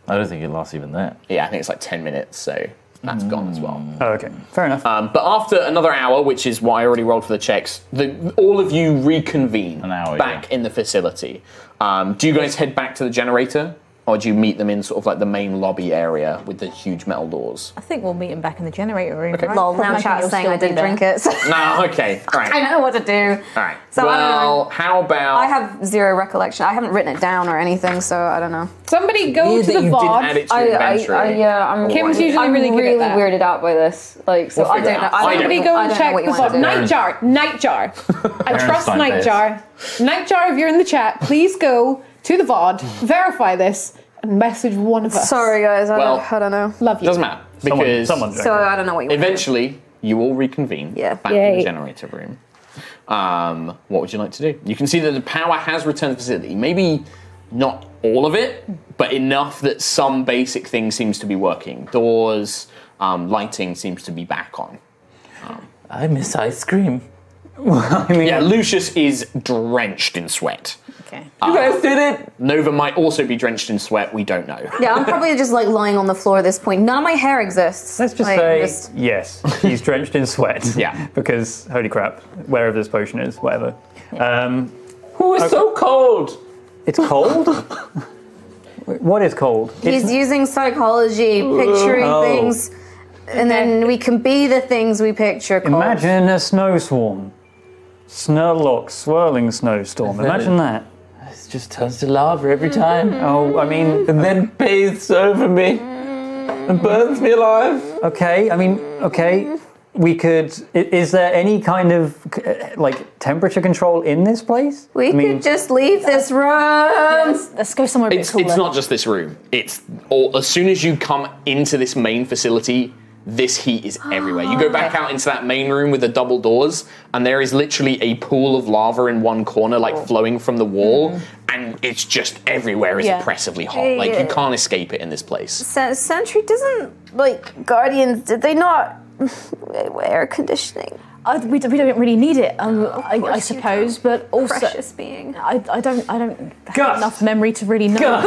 Speaker 2: I don't think it lasts even that.
Speaker 6: Yeah, I think it's like ten minutes. So that's gone as well.
Speaker 1: oh, okay. Fair enough.
Speaker 6: Um, but after another hour, which is what I already rolled for the checks, the, all of you reconvene
Speaker 2: An hour,
Speaker 6: back in the facility. Um, do you guys head back to the generator? Or do you meet them in sort of like the main lobby area with the huge metal doors?
Speaker 3: I think we'll meet him back in the generator room. right?
Speaker 5: Lol,
Speaker 3: Probably
Speaker 5: now
Speaker 3: think
Speaker 5: chat's
Speaker 3: he'll
Speaker 5: saying
Speaker 3: still
Speaker 5: I
Speaker 3: be
Speaker 5: didn't
Speaker 3: there.
Speaker 5: drink it. so
Speaker 6: No, okay, all
Speaker 5: I
Speaker 6: right,
Speaker 5: don't know what to do.
Speaker 6: all right.
Speaker 5: So I don't
Speaker 6: well, how about
Speaker 5: I have zero recollection. I haven't written it down or anything, so I don't know.
Speaker 8: Somebody go
Speaker 6: weird
Speaker 8: to
Speaker 6: that
Speaker 8: the
Speaker 6: you didn't add
Speaker 8: VOD.
Speaker 6: it to your inventory?
Speaker 5: yeah, I'm.
Speaker 8: Kim's usually
Speaker 5: I'm
Speaker 8: really good at that.
Speaker 5: weirded out by this. Like, so
Speaker 6: We'll
Speaker 5: I
Speaker 6: figure
Speaker 5: don't
Speaker 6: it
Speaker 5: know.
Speaker 6: out.
Speaker 5: I don't
Speaker 6: Somebody
Speaker 5: know-
Speaker 8: Go
Speaker 5: I
Speaker 8: and
Speaker 5: don't know
Speaker 8: check
Speaker 5: what
Speaker 8: the
Speaker 5: you want to
Speaker 8: VOD.
Speaker 5: do.
Speaker 8: Nightjar. Nightjar. I trust
Speaker 2: Stein face.
Speaker 8: Nightjar. Nightjar, if you're in the chat, please go to the VOD, verify this, and message one of us.
Speaker 5: Sorry, guys. I,
Speaker 6: Well-
Speaker 5: don't, I don't know.
Speaker 8: Love you.
Speaker 6: Doesn't matter because
Speaker 1: someone, someone
Speaker 5: So I don't know what you want. to do.
Speaker 6: eventually you all reconvene
Speaker 5: Yeah.
Speaker 6: back in the
Speaker 5: Yay.
Speaker 6: generator room. Um, what would you like to do? You can see that the power has returned to the facility. Maybe not all of it, but enough that some basic thing seems to be working. Doors, um, lighting seems to be back on.
Speaker 2: I miss ice cream.
Speaker 6: Yeah, Lucius is drenched in sweat. Uh,
Speaker 3: Okay.
Speaker 6: Nova might also be drenched in sweat. We don't know.
Speaker 5: Yeah, I'm probably just like lying on the floor at this point. None of my hair exists.
Speaker 1: Let's just
Speaker 5: Like,
Speaker 1: say
Speaker 5: just-
Speaker 1: yes. He's drenched in sweat.
Speaker 6: Yeah.
Speaker 1: Because holy crap, wherever this potion is, whatever. Um,
Speaker 6: Oh, it's so cold.
Speaker 1: it's cold. what is cold?
Speaker 5: he's
Speaker 1: It's-
Speaker 5: using psychology, picturing
Speaker 1: Oh.
Speaker 5: things, and then we can be the things we picture. Called.
Speaker 1: Imagine a snow swarm. Snurlock, swirling snowstorm. Imagine that.
Speaker 2: It just turns to lava every time.
Speaker 1: Oh, I mean,
Speaker 2: And then bathes over me and burns me alive.
Speaker 1: okay. I mean, okay. We could. i- Is there any kind of uh, like temperature control in this place?
Speaker 5: We
Speaker 1: I mean,
Speaker 5: could just leave this room.
Speaker 3: Let's go somewhere a bit
Speaker 6: It's,
Speaker 3: cooler.
Speaker 6: it's not just this room. It's all, as soon as you come into this main facility, this heat is everywhere. You go back out into that main room with the double doors, and there is literally a pool of lava in one corner, like flowing from the wall, and it's just everywhere is
Speaker 3: Yeah.
Speaker 6: oppressively hot. Like you
Speaker 5: Yeah.
Speaker 6: can't escape it in this place.
Speaker 5: Sen- Sentry doesn't like Guardians. Did they not air conditioning?
Speaker 3: I, we, don't- we don't really need it, um, I, I
Speaker 5: course you
Speaker 3: suppose. But also,
Speaker 5: Precious being.
Speaker 3: I, I don't I don't have
Speaker 1: Gus!
Speaker 3: enough memory to really know.
Speaker 1: Gus!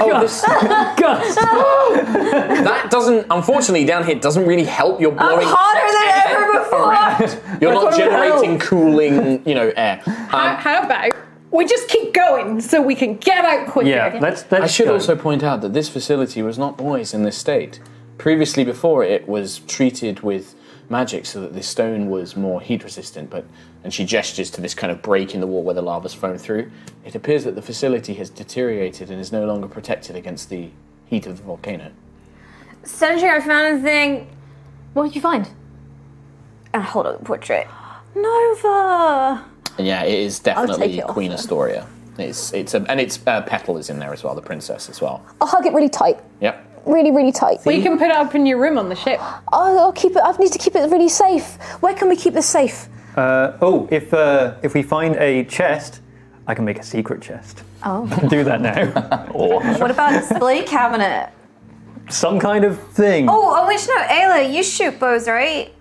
Speaker 6: Oh, this,
Speaker 1: Gus!
Speaker 6: that doesn't. Unfortunately, down here doesn't really help. You're
Speaker 5: I'm
Speaker 6: blowing.
Speaker 5: hotter than ever before.
Speaker 6: You're not
Speaker 1: That's what it
Speaker 6: generating cooling, you know, air.
Speaker 8: How,
Speaker 6: Um,
Speaker 8: how about we just keep going so we can get out quicker?
Speaker 1: Yeah, let's. let's
Speaker 6: I should
Speaker 1: go.
Speaker 6: also point out that this facility was not always in this state. Previously, before it was treated with magic so that the stone was more heat resistant. But and she gestures to this kind of break in the wall where the lava's flown through. It appears that the facility has deteriorated and is no longer protected against the heat of the volcano.
Speaker 7: Sentry, I found a thing.
Speaker 3: What did you find?
Speaker 5: and Ah, hold up the portrait.
Speaker 3: Nova.
Speaker 6: And yeah, it is definitely
Speaker 3: it off
Speaker 6: Queen Astoria. It's it's a, and its uh, petal is in there as well, the princess as well.
Speaker 11: I'll hug it really tight,
Speaker 6: Yep.
Speaker 11: really, really tight.
Speaker 8: We can put it up in your room on the ship.
Speaker 11: I'll, I'll keep it. I need to keep it really safe. Where can we keep this safe?
Speaker 1: Uh, oh, if uh, if we find a chest, I can make a secret chest. Oh. I can do that now.
Speaker 5: What about display cabinet?
Speaker 1: Some kind of thing.
Speaker 5: Oh, oh, which no, Ayla, you shoot bows, right?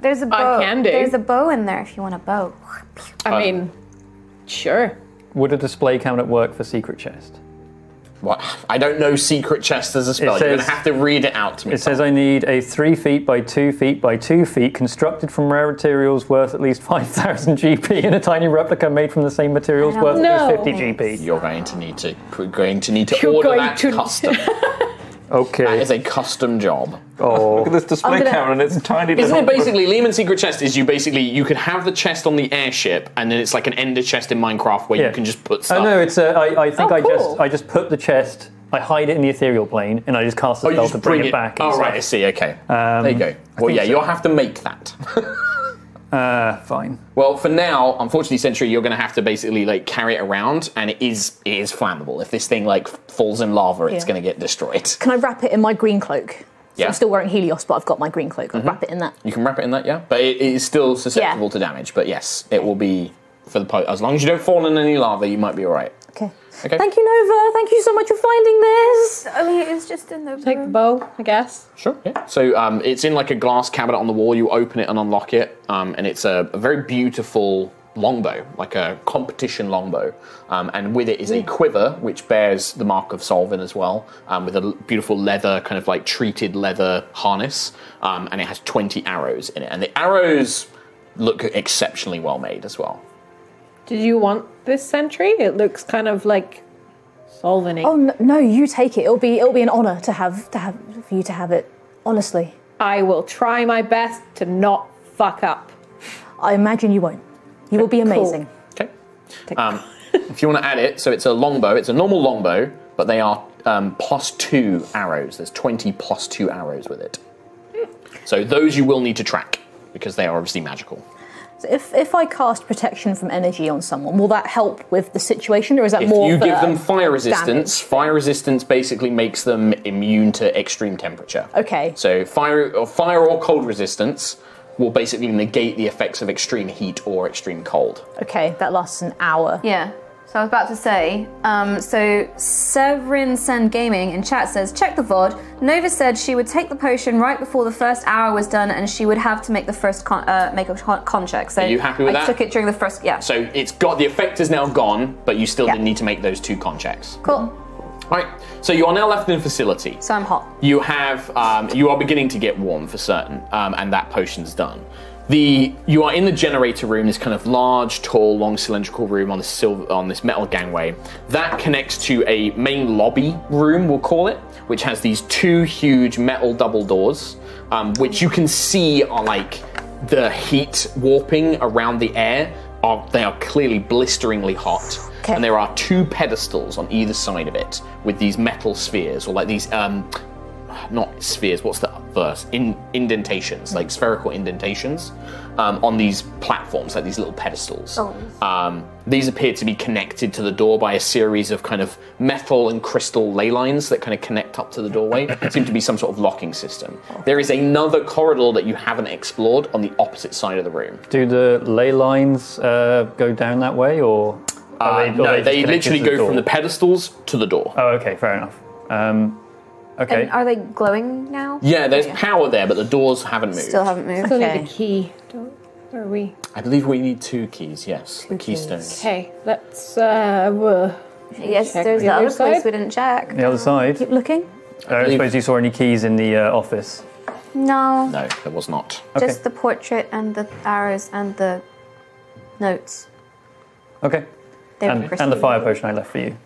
Speaker 5: There's a bow.
Speaker 8: can do.
Speaker 5: There's a bow in there if you want a bow.
Speaker 8: I mean, sure.
Speaker 1: Would a display cabinet work for secret chest?
Speaker 6: What? I don't know secret chest as a spell. You're
Speaker 1: says-
Speaker 6: gonna have to read it out to me.
Speaker 1: It says I need a three feet by two feet by two feet constructed from rare materials worth at least five thousand GP and a tiny replica made from the same materials
Speaker 5: I don't
Speaker 1: worth at least
Speaker 8: know.
Speaker 1: fifty GP.
Speaker 6: You're going to need to. We're going to need to
Speaker 8: You're
Speaker 6: order
Speaker 8: going
Speaker 6: that
Speaker 8: to-
Speaker 6: custom. that
Speaker 1: Okay.
Speaker 6: is a custom job.
Speaker 1: oh.
Speaker 2: This display
Speaker 3: gonna-
Speaker 2: camera and it's tiny
Speaker 6: Isn't
Speaker 2: little-
Speaker 6: it basically Lehman Secret Chest? Is you basically you could have the chest on the airship, and then it's like an ender chest in Minecraft where
Speaker 1: Yeah.
Speaker 6: you can just put stuff.
Speaker 1: Oh no, it's uh, I, I think
Speaker 8: Oh,
Speaker 1: I
Speaker 8: cool.
Speaker 1: just I just put the chest. I hide it in the ethereal plane and I just cast a
Speaker 6: Oh, you
Speaker 1: spell
Speaker 6: just
Speaker 1: to bring, it back. and
Speaker 6: Oh right, I
Speaker 1: stuff. Um,
Speaker 6: see. Okay, there you go. Well, yeah,
Speaker 1: so.
Speaker 6: you'll have to make that.
Speaker 1: Uh, fine.
Speaker 6: well, for now, unfortunately, Century, you're going to have to basically like carry it around, and it is it is flammable. If this thing like falls in lava, it's
Speaker 3: Yeah.
Speaker 6: going to get destroyed.
Speaker 3: Can I wrap it in my green cloak? So
Speaker 6: Yeah. Mm-hmm.
Speaker 3: I'm still wearing Helios, but I've got my green cloak. I'll wrap it in that.
Speaker 6: You can wrap it in that, yeah. But it, it is still susceptible
Speaker 3: Yeah.
Speaker 6: to damage. But yes, it will be for the po- as long as you don't fall in any lava, you might be all right.
Speaker 3: Okay.
Speaker 6: Okay.
Speaker 3: Thank you, Nova. Thank you so much for finding this.
Speaker 7: I mean, it's just in the
Speaker 8: Take the bow, I guess.
Speaker 6: Sure. Yeah. So um, it's in like a glass cabinet on the wall. You open it and unlock it, um, and it's a, a very beautiful longbow, like a competition longbow. Um, and with it is
Speaker 3: Mm.
Speaker 6: a quiver which bears the mark of Solvin as well, um, with a l- beautiful leather kind of like treated leather harness, um, and it has twenty arrows in it. And the arrows look exceptionally well made as well.
Speaker 8: Did you want this sentry? It looks kind of like Solvenate.
Speaker 10: Oh no, no, you take it. It'll be it'll be an honor to have to have for you to have it. Honestly,
Speaker 8: I will try my best to not fuck up.
Speaker 10: I imagine you won't. You will be amazing.
Speaker 6: Okay. Um, if you want to add it, so it's a longbow. It's a normal longbow, but they are um, plus two arrows. There's 20 plus two arrows with it.
Speaker 10: Hmm.
Speaker 6: So those you will need to track because they are obviously magical.
Speaker 10: So if if I cast protection from energy on someone, will that help with the situation, or is that
Speaker 6: If
Speaker 10: more?
Speaker 6: you
Speaker 10: for
Speaker 6: give them fire
Speaker 10: damage?
Speaker 6: resistance, fire resistance basically makes them immune to extreme temperature.
Speaker 10: Okay.
Speaker 6: So fire or fire or cold resistance will basically negate the effects of extreme heat or extreme cold.
Speaker 10: Okay, that lasts an hour.
Speaker 5: Yeah. So I was about to say, um, so Severin Sun Gaming in chat says, check the VOD. Nova said she would take the potion right before the first hour was done and she would have to make the first con- uh, make a con, con check. So
Speaker 6: Are you happy with
Speaker 5: I
Speaker 6: that?
Speaker 5: took it during the first, yeah.
Speaker 6: So it's got the effect is now gone, but you still
Speaker 5: Yeah.
Speaker 6: did need to make those two con checks.
Speaker 5: cool.
Speaker 6: All right. So you are now left in the facility.
Speaker 5: So I'm hot.
Speaker 6: You have um, you are beginning to get warm for certain, um, and that potion's done. The you are in the generator room, this kind of large, tall, long cylindrical room on this silver on this metal gangway. That connects to a main lobby room, we'll call it, which has these two huge metal double doors, um, which you can see are like the heat warping around the air. Are, they are clearly blisteringly hot, and there are two pedestals on either side of it with these metal spheres or like these um, not spheres. What's the verse? In indentations, like spherical indentations, um, on these platforms, like these little pedestals. Um, these appear to be connected to the door by a series of kind of metal and crystal ley lines that kind of connect up to the doorway. Seem to be some sort of locking system. There is another corridor that you haven't explored on the opposite side of the room.
Speaker 1: Do the ley lines uh, go down that way, or
Speaker 6: Uh,
Speaker 1: are are
Speaker 6: no,
Speaker 1: just
Speaker 6: they
Speaker 1: connected
Speaker 6: literally
Speaker 1: to the
Speaker 6: go
Speaker 1: door?
Speaker 6: from the pedestals to the door.
Speaker 1: Oh, okay, fair enough. Um, okay,
Speaker 7: And are they glowing now?
Speaker 6: Yeah, there's power there, but the doors haven't moved.
Speaker 5: Still haven't moved.
Speaker 8: Still
Speaker 10: Okay.
Speaker 8: need a key. Don't, where are we?
Speaker 6: I believe we need two keys. Yes, the keystones.
Speaker 8: Okay, let's. Uh, well,
Speaker 5: Yes,
Speaker 8: Check
Speaker 5: there's
Speaker 8: the
Speaker 5: the
Speaker 8: other
Speaker 5: other place
Speaker 8: side.
Speaker 5: we didn't check.
Speaker 1: the other side. Uh,
Speaker 10: Keep looking.
Speaker 1: I don't
Speaker 6: believe-
Speaker 1: suppose you saw any keys in the uh, office.
Speaker 5: No,
Speaker 6: No, there was not.
Speaker 5: just the portrait and the arrows and the notes.
Speaker 1: Okay,
Speaker 5: They were
Speaker 1: and, and the
Speaker 5: pristine.
Speaker 1: fire potion I left for you.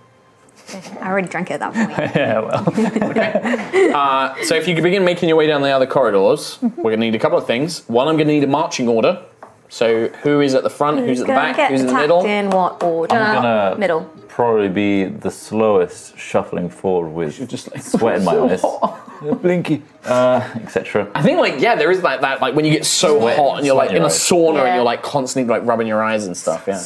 Speaker 5: I already drank it at that point.
Speaker 1: Yeah, well,
Speaker 6: Uh, So if you could begin making your way down the other corridors, we're going to need a couple of things. One, I'm going to need a marching order. So who is at the front, who's, at the
Speaker 5: Gonna
Speaker 6: back,
Speaker 5: get
Speaker 6: who's in the
Speaker 5: attacked
Speaker 6: middle?
Speaker 5: In what order?
Speaker 2: I'm gonna
Speaker 5: Middle.
Speaker 2: probably be the slowest shuffling forward with
Speaker 6: just like-
Speaker 2: sweat in my
Speaker 6: So
Speaker 2: eyes, blinky, uh, etc.
Speaker 6: I think like yeah, there is like that like when you get so
Speaker 2: Sweat.
Speaker 6: hot and you're like in a
Speaker 2: Sweat
Speaker 6: sauna and
Speaker 5: Yeah.
Speaker 6: you're like constantly like rubbing your eyes and stuff. Yeah.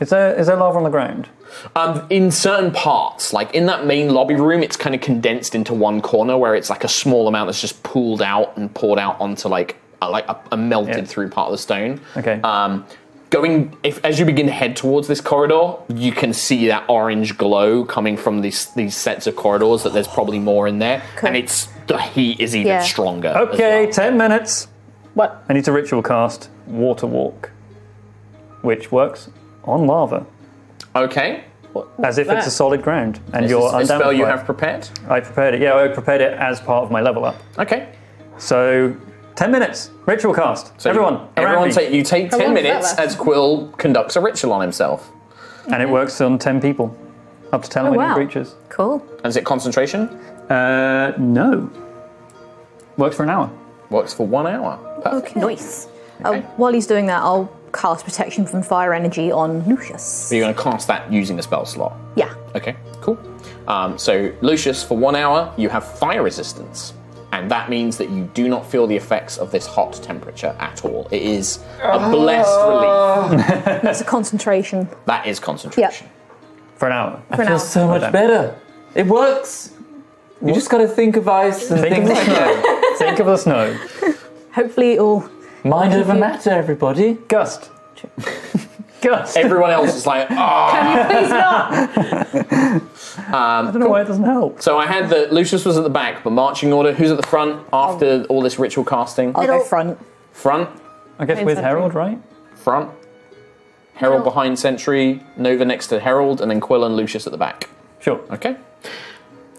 Speaker 1: is there is there lava on the ground?
Speaker 6: Um, in certain parts, like in that main lobby room, it's kind of condensed into one corner where it's like a small amount that's just pooled out and poured out onto like a, like a, a melted
Speaker 1: Yeah.
Speaker 6: through part of the stone.
Speaker 1: Okay.
Speaker 6: Um, going if as you begin to head towards this corridor, you can see that orange glow coming from these these sets of corridors. That there's probably more in there, and it's the heat is even
Speaker 5: Yeah.
Speaker 6: stronger. as
Speaker 1: Okay,
Speaker 6: well.
Speaker 1: ten minutes.
Speaker 8: What?
Speaker 1: I need to ritual cast water walk, which works on lava
Speaker 6: okay.
Speaker 1: as if it's a
Speaker 8: that?
Speaker 1: solid ground, and
Speaker 6: Is
Speaker 1: you're
Speaker 6: this a spell
Speaker 1: undamaged
Speaker 6: you
Speaker 1: by it.
Speaker 6: have prepared.
Speaker 1: I prepared it. Yeah, I prepared it as part of my level up.
Speaker 6: Okay.
Speaker 1: So, ten minutes ritual cast.
Speaker 6: So you-
Speaker 1: everyone, around
Speaker 6: everyone,
Speaker 1: me.
Speaker 6: take you take
Speaker 8: How
Speaker 6: ten
Speaker 8: long does that
Speaker 6: minutes
Speaker 8: last?
Speaker 6: as Quill conducts a ritual on himself.
Speaker 1: and it works on ten people, up to
Speaker 10: Oh,
Speaker 1: ten living
Speaker 5: wow.
Speaker 1: creatures.
Speaker 5: Cool.
Speaker 6: And is it concentration?
Speaker 1: Uh, no. Works for an hour.
Speaker 6: Works for one hour. Perfect.
Speaker 10: Nice. Uh, while he's doing that, I'll cast protection from fire energy on Lucius.
Speaker 6: So you're going to cast that using a spell slot.
Speaker 10: Yeah.
Speaker 6: Okay, cool. Um, so, Lucius, for one hour, you have fire resistance. And that means that you do not feel the effects of this hot temperature at all. It is a blessed relief.
Speaker 10: That's a concentration.
Speaker 6: That is concentration.
Speaker 1: For an hour.
Speaker 10: For an
Speaker 2: I feel
Speaker 10: hour.
Speaker 2: so much
Speaker 1: Well done.
Speaker 2: better. It works. You just gotta think of ice and
Speaker 1: Think
Speaker 2: things
Speaker 1: of the
Speaker 2: like that.
Speaker 1: snow. Think of the snow.
Speaker 10: Hopefully, it'll.
Speaker 2: Mind over
Speaker 10: you-
Speaker 2: matter, everybody.
Speaker 1: Gust. Gust.
Speaker 6: Everyone else is like, oh.
Speaker 8: please not.
Speaker 1: I don't know why it doesn't help.
Speaker 6: So I had the Lucius was at the back, but marching order. Who's at the front after all this ritual casting?
Speaker 10: I'll go front.
Speaker 6: Front,
Speaker 1: I guess with Harold, right?
Speaker 6: front. Herald behind Sentry, Nova next to Herald, and then Quill and Lucius at the back.
Speaker 1: Sure.
Speaker 6: Okay.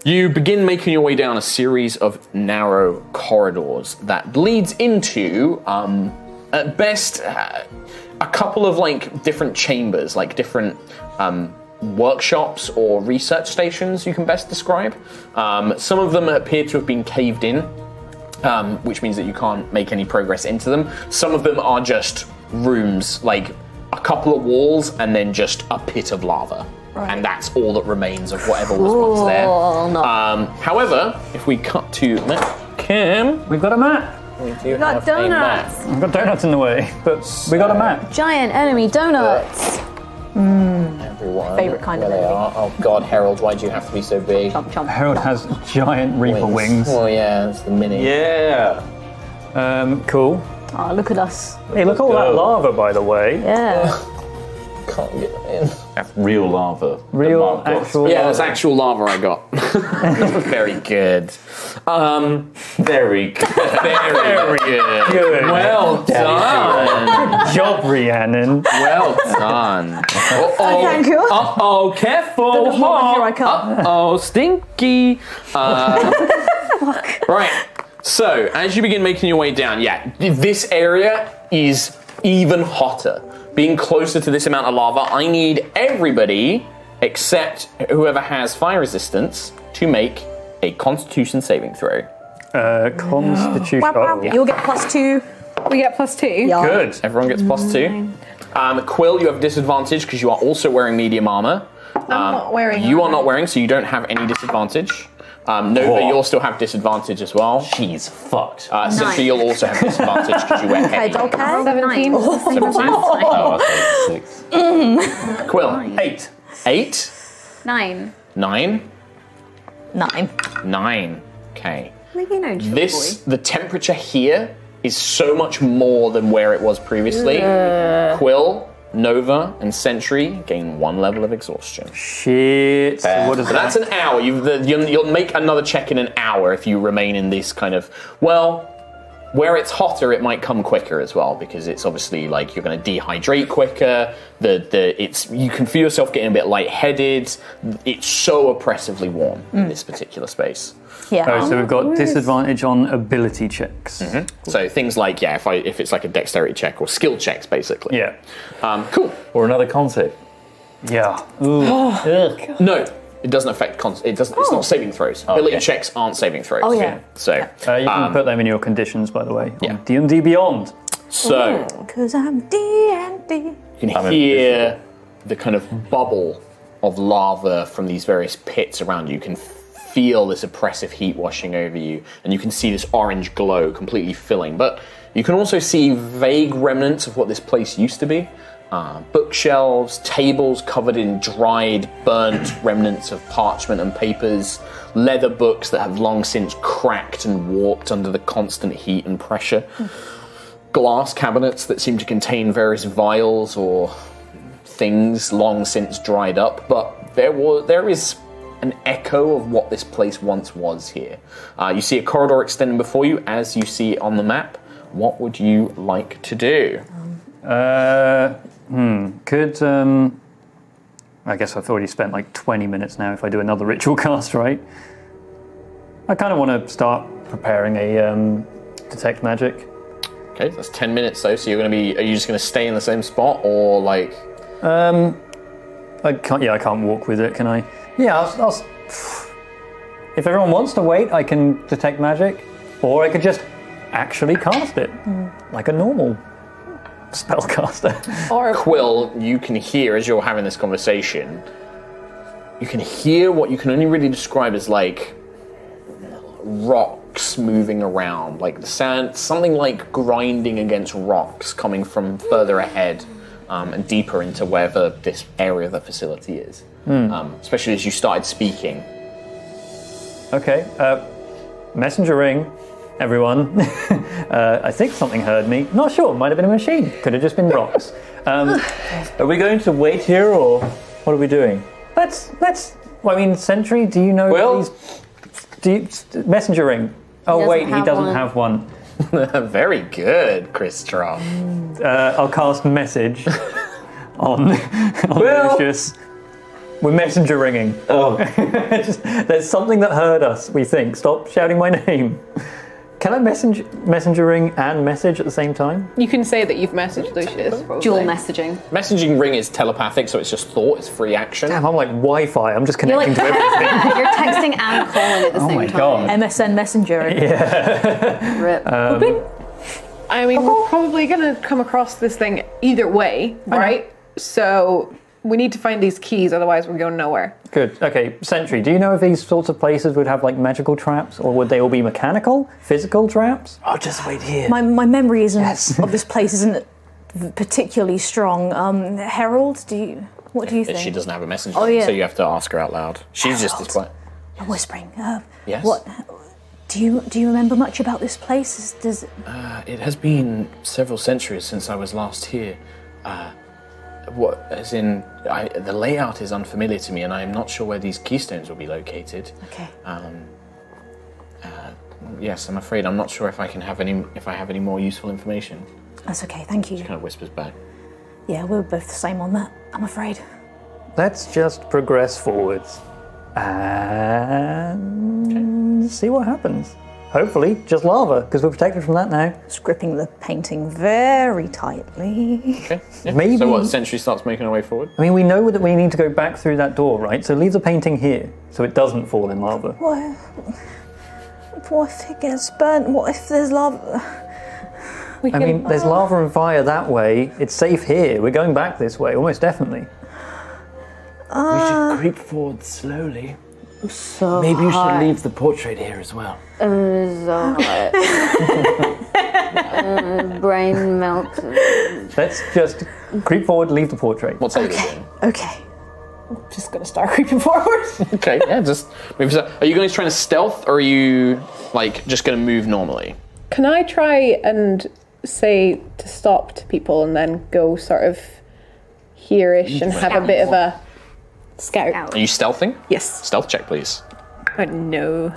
Speaker 6: You begin making your way down a series of narrow corridors that leads into, um, at best, uh, a couple of like different chambers, like different um, workshops or research stations you can best describe. Um, some of them appear to have been caved in, um, which means that you can't make any progress into them. Some of them are just rooms, like a couple of walls and then just a pit of lava. And that's all that remains of whatever was once there.
Speaker 5: Cool, not-
Speaker 6: Um, however, if we cut to map cam,
Speaker 1: We've got a map.
Speaker 6: we do
Speaker 5: got
Speaker 6: have a map.
Speaker 5: donuts.
Speaker 1: We've got donuts in the way, but we got a map.
Speaker 5: Giant enemy donuts.
Speaker 6: Everyone,
Speaker 3: Favourite kind
Speaker 6: where
Speaker 3: of
Speaker 6: they
Speaker 3: enemy.
Speaker 6: are. Oh God, Harold, why do you have to be so big?
Speaker 3: Chomp, chomp.
Speaker 1: Harold has giant reaper wings.
Speaker 6: Oh yeah, it's the mini.
Speaker 2: Yeah.
Speaker 1: Um, cool.
Speaker 3: Ah, look at us.
Speaker 1: Hey, look all that lava, by the way.
Speaker 3: Yeah.
Speaker 6: Can't get in.
Speaker 2: That's real lava. that
Speaker 1: Real,
Speaker 2: Mark got.
Speaker 1: actual-
Speaker 6: Yeah, that's actual lava I got. Very good. Um,
Speaker 2: Very good.
Speaker 6: very good.
Speaker 1: Good.
Speaker 6: Well done.
Speaker 1: job, Rhiannon.
Speaker 6: Well done. Uh-oh.
Speaker 3: Thank you.
Speaker 6: Uh-oh, careful.
Speaker 3: There's more, but here I
Speaker 6: Hawk.
Speaker 3: come.
Speaker 6: Uh-oh, stinky. Um, right. So, as you begin making your way down, yeah, this area is even hotter. Being closer to this amount of lava, I need everybody except whoever has fire resistance to make a constitution saving throw.
Speaker 1: Uh, constitution. oh,
Speaker 3: You'll get plus two.
Speaker 8: We get plus two.
Speaker 1: Good.
Speaker 6: Everyone gets plus two. Um, Quill, you have disadvantage because you are also wearing medium armor. I'm
Speaker 8: not wearing
Speaker 6: Um, You are
Speaker 8: armor.
Speaker 6: not wearing, so you don't have any disadvantage. Um, Nova,
Speaker 2: Whoa.
Speaker 6: you'll still have disadvantage as well.
Speaker 2: She's fucked.
Speaker 6: Uh, Cynthia, you'll also have disadvantage because you wear heavy.
Speaker 3: Okay.
Speaker 8: 17.
Speaker 2: oh, okay. Six.
Speaker 6: Quill, eight. Eight?
Speaker 5: Nine.
Speaker 6: Nine?
Speaker 3: Nine.
Speaker 6: Nine. Okay.
Speaker 5: Maybe no chill
Speaker 6: This, the temperature here is so much more than where it was previously. Quill, Nova, and Sentry gain one level of exhaustion.
Speaker 1: Shit. So what is
Speaker 6: But
Speaker 1: that?
Speaker 6: that's an hour. You've, the, you'll, you'll make another check in an hour if you remain in this kind of. Well, where it's hotter, it might come quicker as well because it's obviously like you're going to dehydrate quicker. The the it's you can feel yourself getting a bit lightheaded. It's so oppressively warm in this particular space.
Speaker 3: Yeah.
Speaker 1: Oh, so we've got disadvantage on ability checks.
Speaker 2: Mm-hmm.
Speaker 6: So things like yeah, if I if it's like a dexterity check or skill checks, basically.
Speaker 1: Yeah.
Speaker 6: Um, cool.
Speaker 2: Or another concept.
Speaker 1: Yeah. Ooh.
Speaker 6: No. It doesn't affect. Con- it doesn't. It's not saving throws. Ability checks aren't saving throws.
Speaker 3: Oh, yeah.
Speaker 6: So,
Speaker 1: Uh, you can
Speaker 6: um,
Speaker 1: put them in your conditions, by the way. on
Speaker 6: Yeah.
Speaker 1: D&D Beyond.
Speaker 6: so
Speaker 3: Because I'm D and D.
Speaker 6: You can
Speaker 2: I'm
Speaker 6: hear the kind of bubble of lava from these various pits around you. You can feel this oppressive heat washing over you, and you can see this orange glow completely filling. But you can also see vague remnants of what this place used to be. Uh, bookshelves, tables covered in dried, burnt remnants of parchment and papers, leather books that have long since cracked and warped under the constant heat and pressure glass cabinets that seem to contain various vials or things long since dried up, but there was there is an echo of what this place once was here. Uh, you see a corridor extending before you as you see it on the map. What would you like to do?
Speaker 1: Uh, hmm. Could, um... I guess I've already spent like 20 minutes now if I do another ritual cast, right? I kind of want to start preparing a um, detect magic.
Speaker 6: Okay, that's ten minutes though. So you're gonna be are you just gonna stay in the same spot or like
Speaker 1: Um, I can't. Yeah, I can't walk with it, can I? Yeah, I'll, I'll, if everyone wants to wait, I can detect magic, or I could just actually cast it like a normal spellcaster.
Speaker 8: Or
Speaker 6: Quill, you can hear as you're having this conversation, you can hear what you can only really describe as like rocks moving around, like the sand, something like grinding against rocks coming from further ahead um, and deeper into wherever this area of the facility is. Um, especially as you started speaking.
Speaker 1: okay, uh, messenger ring, everyone. uh, I think something heard me. Not sure. Might have been a machine. Could have just been rocks. Um,
Speaker 2: Are we going to wait here or what are we doing?
Speaker 1: let's let's. I mean, sentry. Do you know
Speaker 6: Well-
Speaker 1: these? Do you, messenger ring. Oh
Speaker 5: doesn't
Speaker 1: wait, he
Speaker 5: have
Speaker 1: doesn't
Speaker 5: one.
Speaker 1: have one.
Speaker 6: Very good, Chris Troff.
Speaker 1: Uh, I'll cast message on, on
Speaker 2: Well-
Speaker 1: Lucius. We're messenger ringing.
Speaker 2: Oh.
Speaker 1: There's something that heard us, we think. Stop shouting my name. Can I message, messenger ring and message at the same time?
Speaker 8: You can say that you've messaged Lucius. probably.
Speaker 5: Dual messaging.
Speaker 6: Messaging ring is telepathic, so it's just thought, it's free action.
Speaker 1: Damn, I'm like Wi-Fi. I'm just connecting to everything.
Speaker 5: You're texting and calling at the
Speaker 1: oh
Speaker 5: same
Speaker 1: my
Speaker 5: time.
Speaker 1: god.
Speaker 10: MSN Messenger.
Speaker 5: Rip.
Speaker 8: I mean, we're probably gonna come across this thing either way, right? So we need to find these keys, otherwise we're going nowhere.
Speaker 1: Good. Okay, Sentry. Do you know if these sorts of places would have like magical traps, or would they all be mechanical, physical traps?
Speaker 2: I'll just wait here.
Speaker 10: My, my memory isn't of this place isn't particularly strong. Um, Harold, do you? What do you think?
Speaker 6: She doesn't have a messenger,
Speaker 10: Oh, yeah.
Speaker 6: so you have to ask her out loud. She's just this way.
Speaker 10: I'm whispering. Uh,
Speaker 6: Yes.
Speaker 10: What? Do you do you remember much about this place? Is, does
Speaker 6: uh, It has been several centuries since I was last here. Uh, what, as in, I, the layout is unfamiliar to me, and I am not sure where these keystones will be located.
Speaker 10: okay.
Speaker 6: Uh. Yes, I'm afraid I'm not sure if I can have any if I have any more useful information.
Speaker 10: That's okay. Thank you.
Speaker 6: Kind of whispers back.
Speaker 10: Yeah, we're both the same on that. I'm afraid.
Speaker 1: Let's just progress forwards and see what happens. Hopefully, just lava, because we're protected from that now.
Speaker 10: Just gripping the painting very tightly.
Speaker 6: Okay.
Speaker 1: Maybe.
Speaker 6: So what? Sentry starts making her way forward.
Speaker 1: I mean, we know that we need to go back through that door, right? So leave the painting here, so it doesn't fall in lava.
Speaker 10: What? What if it gets burnt? What if there's lava?
Speaker 1: I mean, there's lava and fire that way. It's safe here. We're going back this way, almost definitely.
Speaker 2: we should creep forward slowly. Maybe you should leave the portrait here as well.
Speaker 5: Brain melt.
Speaker 1: Let's just creep forward, leave the portrait.
Speaker 6: What's Ada doing?
Speaker 10: Okay.
Speaker 8: Just gonna start creeping forward.
Speaker 6: Okay, yeah, just move. aside. Are you guys trying to stealth, or are you like just going to move normally?
Speaker 8: Can I try and say to stop to people and then go sort of here-ish and have a bit of a scout?
Speaker 6: Are you stealthing?
Speaker 8: Yes.
Speaker 6: Stealth check, please.
Speaker 8: I know.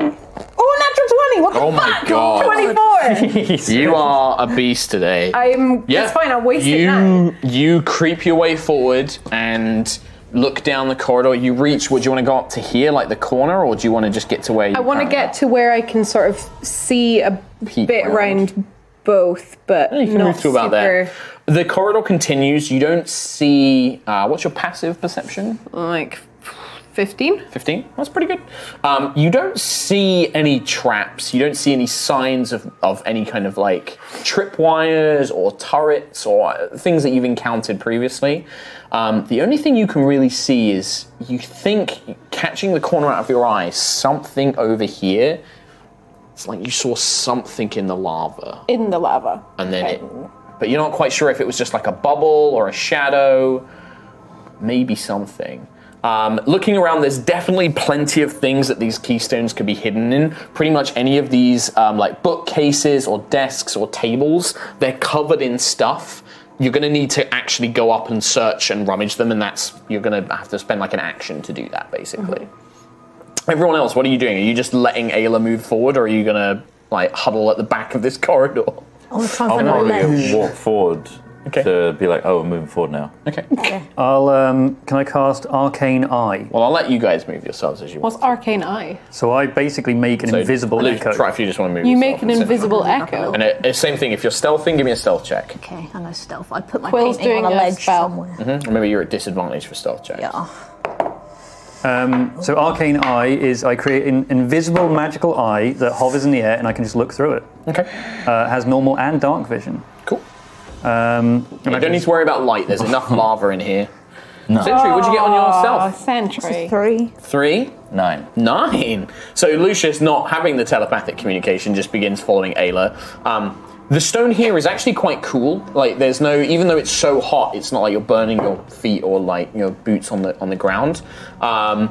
Speaker 8: Oh, natural 20! What the
Speaker 6: Oh my
Speaker 8: fuck?
Speaker 6: God.
Speaker 8: 24!
Speaker 6: You are a beast today.
Speaker 8: I'm.
Speaker 6: Yeah.
Speaker 8: It's fine, I'll waste
Speaker 6: you,
Speaker 8: it now.
Speaker 6: You creep your way forward and look down the corridor. You reach, would you want to go up to here, like the corner, or do you want to just get to where you
Speaker 8: I want to
Speaker 6: currently
Speaker 8: get to where I can sort of see a
Speaker 6: Peek
Speaker 8: bit
Speaker 6: round.
Speaker 8: around both, but
Speaker 6: are? You can
Speaker 8: not
Speaker 6: move to about there.
Speaker 8: super,
Speaker 6: The corridor continues. You don't see. Uh, what's your passive perception?
Speaker 8: Like 15?
Speaker 6: 15? That's pretty good. Um, you don't see any traps. You don't see any signs of, of any kind of like tripwires or turrets or uh, things that you've encountered previously. Um, the only thing you can really see is you think, catching the corner out of your eye, something over here. It's like you saw something in the lava
Speaker 8: In the lava.
Speaker 6: and then it but you're not quite sure if it was just like a bubble or a shadow maybe something um, looking around there's definitely plenty of things that these keystones could be hidden in pretty much any of these um, like bookcases or desks or tables they're covered in stuff you're going to need to actually go up and search and rummage them and that's you're going to have to spend like an action to do that basically everyone else what are you doing are you just letting ayla move forward or are you going to like huddle at the back of this corridor
Speaker 10: I want to try
Speaker 2: I'm
Speaker 10: and find my
Speaker 2: not
Speaker 10: leg.
Speaker 2: going to walk forward
Speaker 6: Okay.
Speaker 2: to be like, oh, I'm moving forward now.
Speaker 6: okay
Speaker 1: I'll, um, can I cast Arcane Eye?
Speaker 6: Well, I'll let you guys move yourselves as you want.
Speaker 8: What's arcane eye?
Speaker 1: So I basically make an
Speaker 6: So,
Speaker 1: invisible
Speaker 6: Luke,
Speaker 1: echo.
Speaker 6: Try if you just want to move.
Speaker 8: You
Speaker 6: yourself
Speaker 8: make an
Speaker 6: and sit.
Speaker 8: invisible echo.
Speaker 6: And it, it's same thing. If you're stealthing, give me a stealth check.
Speaker 10: Okay, I'm gonna stealth. I put my
Speaker 8: Quill's
Speaker 10: painting on
Speaker 8: doing
Speaker 10: a
Speaker 8: a
Speaker 10: ledge
Speaker 8: spell.
Speaker 10: somewhere.
Speaker 6: Remember, you're at disadvantage for stealth checks.
Speaker 10: Yeah.
Speaker 1: Um, so Arcane Eye is I create an invisible magical eye that hovers in the air and I can just look through it.
Speaker 6: Okay.
Speaker 1: Uh, it has normal and dark vision.
Speaker 6: Cool.
Speaker 1: Um, and I
Speaker 6: You
Speaker 1: can-
Speaker 6: don't need to worry about light. There's enough lava in here. No. Sentry, what'd you get on
Speaker 8: Oh,
Speaker 6: yourself?
Speaker 8: sentry.
Speaker 10: Three.
Speaker 6: Three,
Speaker 2: Nine.
Speaker 6: nine. So Lucius, not having the telepathic communication, just begins following Ayla. Um, the stone here is actually quite cool. Like, there's no, even though it's so hot, it's not like you're burning your feet or like your boots on the on the ground. Um,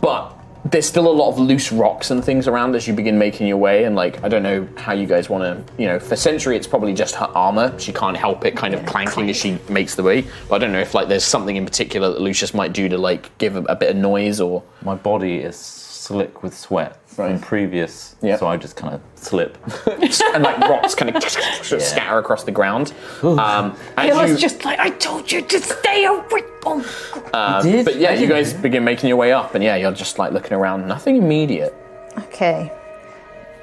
Speaker 6: but there's still a lot of loose rocks and things around as you begin making your way and like i don't know how you guys want to you know for century it's probably just her armor she can't help it kind of clanking as she makes the way but i don't know if like there's something in particular that lucius might do to like give a, a bit of noise or
Speaker 2: My body is slick with sweat
Speaker 6: Right.
Speaker 2: from previous,
Speaker 6: Yeah.
Speaker 2: so I just kind of slip.
Speaker 6: and like rocks kind of scatter across the ground um, as
Speaker 8: It
Speaker 6: you-
Speaker 8: was just like, I told you to stay away from
Speaker 2: did?
Speaker 6: um, but yeah you guys begin making your way up and yeah you're just like looking around nothing immediate
Speaker 10: Okay.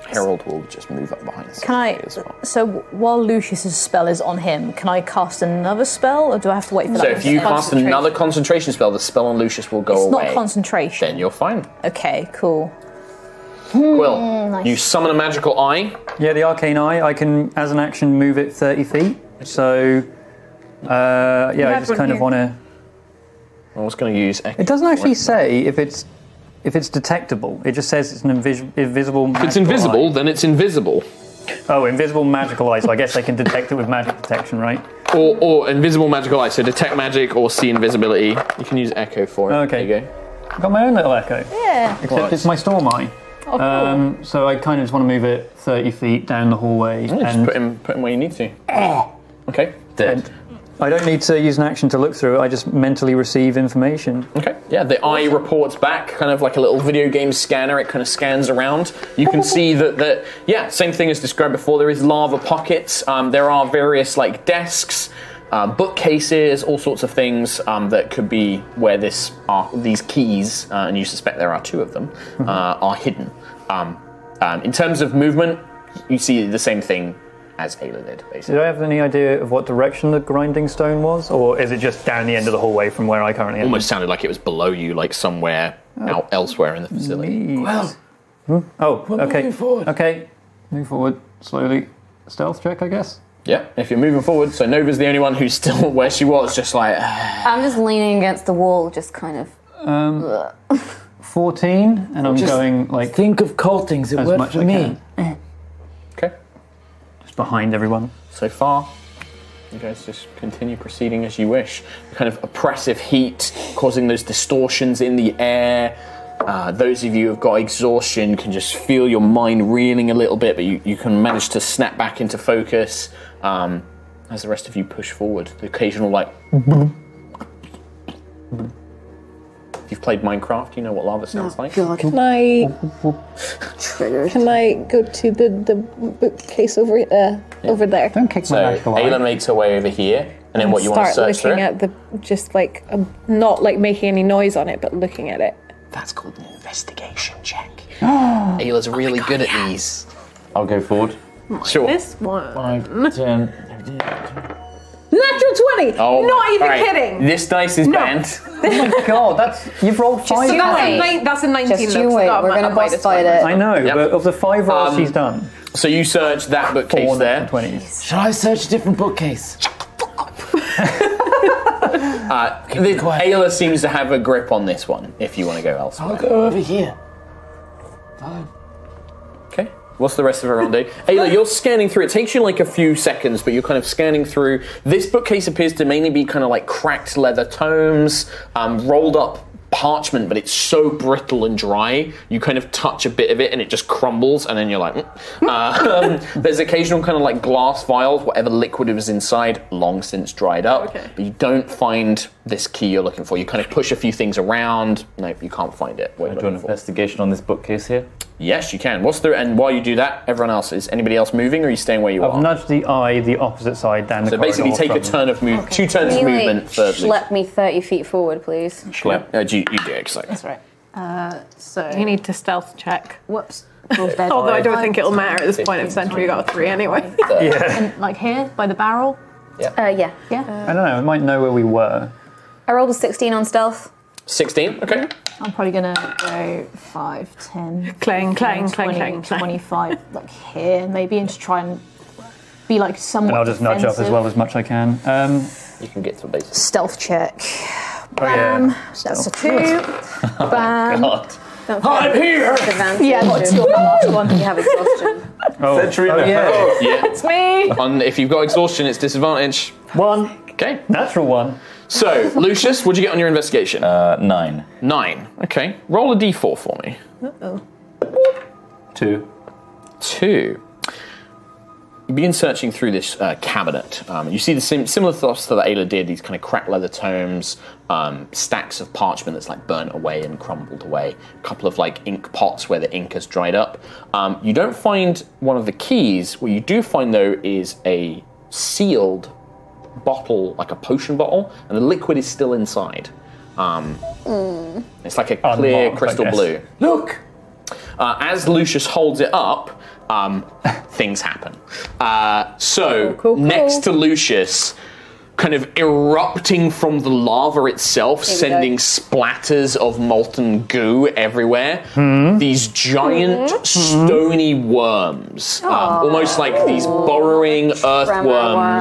Speaker 6: Harold will just move up behind us.
Speaker 10: Can I? So w- while Lucius's spell is on him, can I cast another spell, or do I have to wait for
Speaker 6: So
Speaker 10: that?
Speaker 6: if you cast another concentration spell, the spell on Lucius will go
Speaker 10: it's
Speaker 6: away.
Speaker 10: not concentration.
Speaker 6: then you're fine.
Speaker 10: Okay, cool.
Speaker 6: Quill,
Speaker 10: Mm, nice.
Speaker 6: you summon a magical eye.
Speaker 1: Yeah, the arcane eye. I can, as an action, move it thirty feet. So, uh,
Speaker 6: You
Speaker 1: yeah, I
Speaker 6: have
Speaker 1: just
Speaker 6: one
Speaker 1: kind of
Speaker 6: here.
Speaker 1: want to.
Speaker 6: I was going to use. It
Speaker 1: It doesn't actually say if it's if it's detectable. It just says it's an invis- invisible.
Speaker 6: If it's
Speaker 1: magical
Speaker 6: invisible, then it's invisible.
Speaker 1: eye. Oh, invisible magical eye. So I guess they can detect it with magic detection, right?
Speaker 6: Or, or invisible magical eye. So detect magic or see invisibility. You can use echo for it.
Speaker 1: Okay.
Speaker 6: There you go.
Speaker 1: I've got my own little echo.
Speaker 10: Yeah.
Speaker 1: Except it's my storm eye.
Speaker 6: Oh, cool.
Speaker 1: um, so I kind of just want to move it thirty feet down the hallway
Speaker 6: Yeah, just
Speaker 1: and
Speaker 6: put him put him where you need to.
Speaker 10: Eh.
Speaker 6: Okay.
Speaker 1: Dead. I don't need to use an action to look through it. I just mentally receive information.
Speaker 6: Okay. Yeah, the eye reports back, kind of like a little video game scanner. It kind of scans around. You can see that, that yeah, same thing as described before. There is lava pockets. Um, there are various like desks, um, bookcases, all sorts of things um, that could be where this are these keys, uh, and you suspect there are two of them, uh, are hidden. Um, um, in terms of movement, you see the same thing as Ayla did, basically.
Speaker 1: Did I have any idea of what direction the grinding stone was, or is it just down the end of the hallway from where I currently am?
Speaker 6: Almost sounded like it was below you, like somewhere out elsewhere in the facility.
Speaker 1: Well, Oh, okay.
Speaker 6: moving forward.
Speaker 1: Okay, move forward slowly. Stealth check, I guess.
Speaker 6: Yeah, if you're moving forward, so Nova's the only one who's still where she was, just like.
Speaker 5: I'm just leaning against the wall, just kind of.
Speaker 1: Um, fourteen, and I'm
Speaker 5: Just
Speaker 1: going like
Speaker 2: think of cultings. It
Speaker 1: as
Speaker 2: worked
Speaker 1: much
Speaker 2: for
Speaker 1: as I
Speaker 2: me.
Speaker 1: can.
Speaker 6: Okay.
Speaker 1: Just behind everyone.
Speaker 6: So far, you guys just continue proceeding as you wish. The kind of oppressive heat causing those distortions in the air. Uh, those of you who've got exhaustion can just feel your mind reeling a little bit, but you, you can manage to snap back into focus um, as the rest of you push forward. The occasional, like. If you've played Minecraft, you know what lava sounds like.
Speaker 12: Can I? Can I go to the the bookcase over uh, over there?
Speaker 1: Don't kick
Speaker 6: So Ayla makes her way over here, and then what you want to
Speaker 8: start
Speaker 6: search
Speaker 8: looking at
Speaker 6: through?
Speaker 8: the just like um, not like making any noise on it, but looking at it.
Speaker 6: That's called an investigation check.
Speaker 8: Oh
Speaker 6: Ayla's really good at these.
Speaker 2: I'll go forward.
Speaker 6: Sure.
Speaker 8: This one.
Speaker 2: Five, ten.
Speaker 8: Natural twenty. not even
Speaker 6: alright.
Speaker 8: kidding.
Speaker 6: Oh, This dice is banned.
Speaker 1: Oh my god, that's you've rolled
Speaker 8: So
Speaker 1: five.
Speaker 8: that's, a
Speaker 1: dice.
Speaker 8: nine that's a nineteen.
Speaker 5: Just
Speaker 8: look,
Speaker 5: you
Speaker 8: so
Speaker 5: wait,
Speaker 8: not
Speaker 5: we're
Speaker 8: a-
Speaker 5: gonna
Speaker 8: a minus
Speaker 5: boss fight
Speaker 8: one.
Speaker 5: it.
Speaker 1: I know,
Speaker 6: Yep.
Speaker 1: but of the five rolls
Speaker 6: Um,
Speaker 1: she's done,
Speaker 6: So you search that bookcase
Speaker 1: four
Speaker 6: there.
Speaker 1: twenties.
Speaker 2: Shall I search a different bookcase?
Speaker 6: Uh, the- Ayla seems to have a grip on this one. If you want to go elsewhere.
Speaker 2: I'll go over here. Fine.
Speaker 6: Okay. What's the rest of everyone do? Ayla, you're scanning through. It takes you like a few seconds, but you're kind of scanning through. This bookcase appears to mainly be kind of like cracked leather tomes, um, rolled up parchment, but it's so brittle and dry. You kind of touch a bit of it and it just crumbles, and then you're like, mm. Uh, um, there's occasional kind of like glass vials, whatever liquid was inside, long since dried up.
Speaker 8: Okay.
Speaker 6: But you don't find this key you're looking for. You kind of push a few things around. Nope, you can't find it. What are you
Speaker 2: I do an
Speaker 6: looking for?
Speaker 2: investigation on this bookcase here.
Speaker 6: Yes, you can. What's the and while you do that, everyone else is anybody else moving or are you staying where you
Speaker 1: I've
Speaker 6: are?
Speaker 1: nudged the eye the opposite side down the
Speaker 6: so basically,
Speaker 1: corridor
Speaker 6: take a
Speaker 1: from-
Speaker 6: turn of move, two turns of
Speaker 5: Can you,
Speaker 6: movement.
Speaker 5: like,
Speaker 6: Thirdly,
Speaker 5: schlep me 30 feet forward, please?
Speaker 6: Schlep. Uh, do you, you do exactly.
Speaker 5: right.
Speaker 3: Uh, so
Speaker 8: You need to stealth check.
Speaker 3: whoops.
Speaker 8: Although I don't think it'll matter at this point. If Sentry got a three anyway.
Speaker 3: And, like here by the barrel.
Speaker 5: Uh, yeah.
Speaker 1: I don't know. I might know where we were.
Speaker 5: I rolled a 16 on stealth.
Speaker 6: Sixteen. Okay.
Speaker 3: I'm probably gonna go 5, 10,
Speaker 8: Clang, clang,
Speaker 3: 15,
Speaker 8: clang,
Speaker 3: 20,
Speaker 8: clang, clang.
Speaker 3: 25, like here maybe, and just try and be like somewhat.
Speaker 1: And I'll just nudge up as
Speaker 3: defensive.
Speaker 1: well as much I can. Um,
Speaker 6: You can get to the base.
Speaker 11: Stealth check.
Speaker 1: oh yeah.
Speaker 10: Um,
Speaker 11: That's a two. Bam.
Speaker 6: Oh God. I'm here.
Speaker 5: Advantage.
Speaker 3: Yeah, not too
Speaker 5: You have exhaustion.
Speaker 1: Oh,
Speaker 2: Century
Speaker 1: oh,
Speaker 2: in a
Speaker 1: yeah.
Speaker 6: Yeah.
Speaker 8: Me.
Speaker 6: On, if you've got exhaustion, it's disadvantage.
Speaker 1: One
Speaker 6: Okay.
Speaker 1: natural one.
Speaker 6: So Lucius, what'd you get on your investigation?
Speaker 2: Uh, nine.
Speaker 6: Nine. Okay. Roll a d4 for me.
Speaker 2: Two.
Speaker 6: two. You begin searching through this uh, cabinet. Um, you see the sim- similar stuff that Ayla did these kind of cracked leather tomes, um, stacks of parchment that's like burnt away and crumbled away, a couple of like ink pots where the ink has dried up. Um, you don't find one of the keys. What you do find though is a sealed bottle, like a potion bottle, and the liquid is still inside. Um, It's like a clear
Speaker 1: Unmarked, I
Speaker 6: crystal
Speaker 1: guess.
Speaker 6: blue. Look! Uh, as Lucius holds it up, um, things happen. Uh, so next to Lucius, kind of erupting from the lava itself,
Speaker 13: Here we go.
Speaker 6: sending splatters of molten goo everywhere.
Speaker 1: Hmm?
Speaker 6: These giant
Speaker 13: Hmm?
Speaker 6: stony worms, um, almost like these burrowing earthworms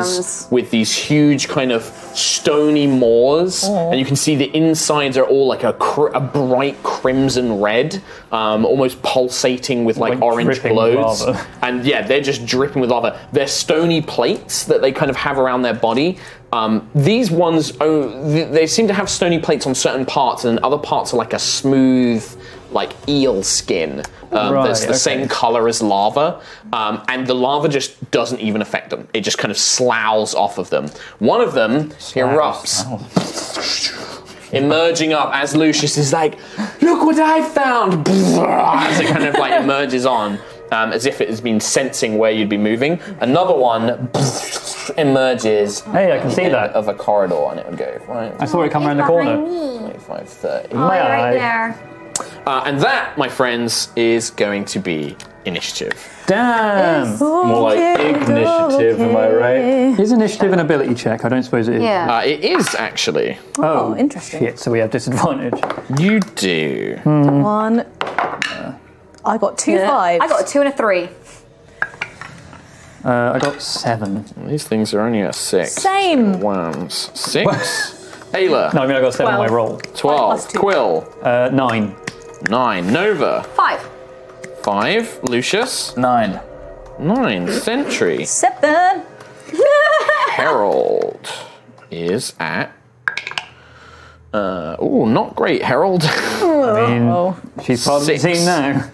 Speaker 13: worms.
Speaker 6: with these huge kind of stony maws, and you can see the insides are all like a, cr- a bright crimson red, um, almost pulsating with like,
Speaker 1: Like
Speaker 6: orange
Speaker 1: dripping
Speaker 6: glows.
Speaker 1: lava.
Speaker 6: And yeah, they're just dripping with lava. They're stony plates that they kind of have around their body. Um, these ones, oh, th- they seem to have stony plates on certain parts, and then other parts are like a smooth, like eel skin um,
Speaker 1: Right,
Speaker 6: that's the
Speaker 1: okay.
Speaker 6: same color as lava. Um, and the lava just doesn't even affect them, it just kind of sloughs off of them. One of them
Speaker 1: oh,
Speaker 6: erupts emerging up as Lucius is like, "Look what I found!" As it kind of like emerges on, um, as if it has been sensing where you'd be moving. Another one emerges. Hey, I can see that of a corridor, and it would go right.
Speaker 1: I saw it come around the corner.
Speaker 6: Twenty-five, thirty.
Speaker 7: there.
Speaker 6: Uh, and that, my friends, is going to be initiative.
Speaker 1: Damn!
Speaker 6: More like ignitive, am I right?
Speaker 1: Is initiative an ability check? I don't suppose it is.
Speaker 6: Uh, it is actually.
Speaker 1: Oh, interesting. Shit, so we have disadvantage.
Speaker 6: You do.
Speaker 10: One. I got two
Speaker 5: Yeah.
Speaker 10: fives.
Speaker 5: I got a two and a three.
Speaker 6: Uh, I got seven. These things are only a six.
Speaker 10: Same.
Speaker 6: Worms. Six. Ayla.
Speaker 1: No, I mean, I got seven on my
Speaker 6: Twelve.
Speaker 1: roll.
Speaker 6: Twelve. Quill.
Speaker 1: Uh, nine.
Speaker 6: Nine. Nova.
Speaker 5: Five.
Speaker 6: Five. Lucius. Nine. Nine. Sentry.
Speaker 10: Seven.
Speaker 6: Harold is at. Uh, oh, not great, Harold.
Speaker 10: I mean, Uh-oh.
Speaker 6: she's part of the team now.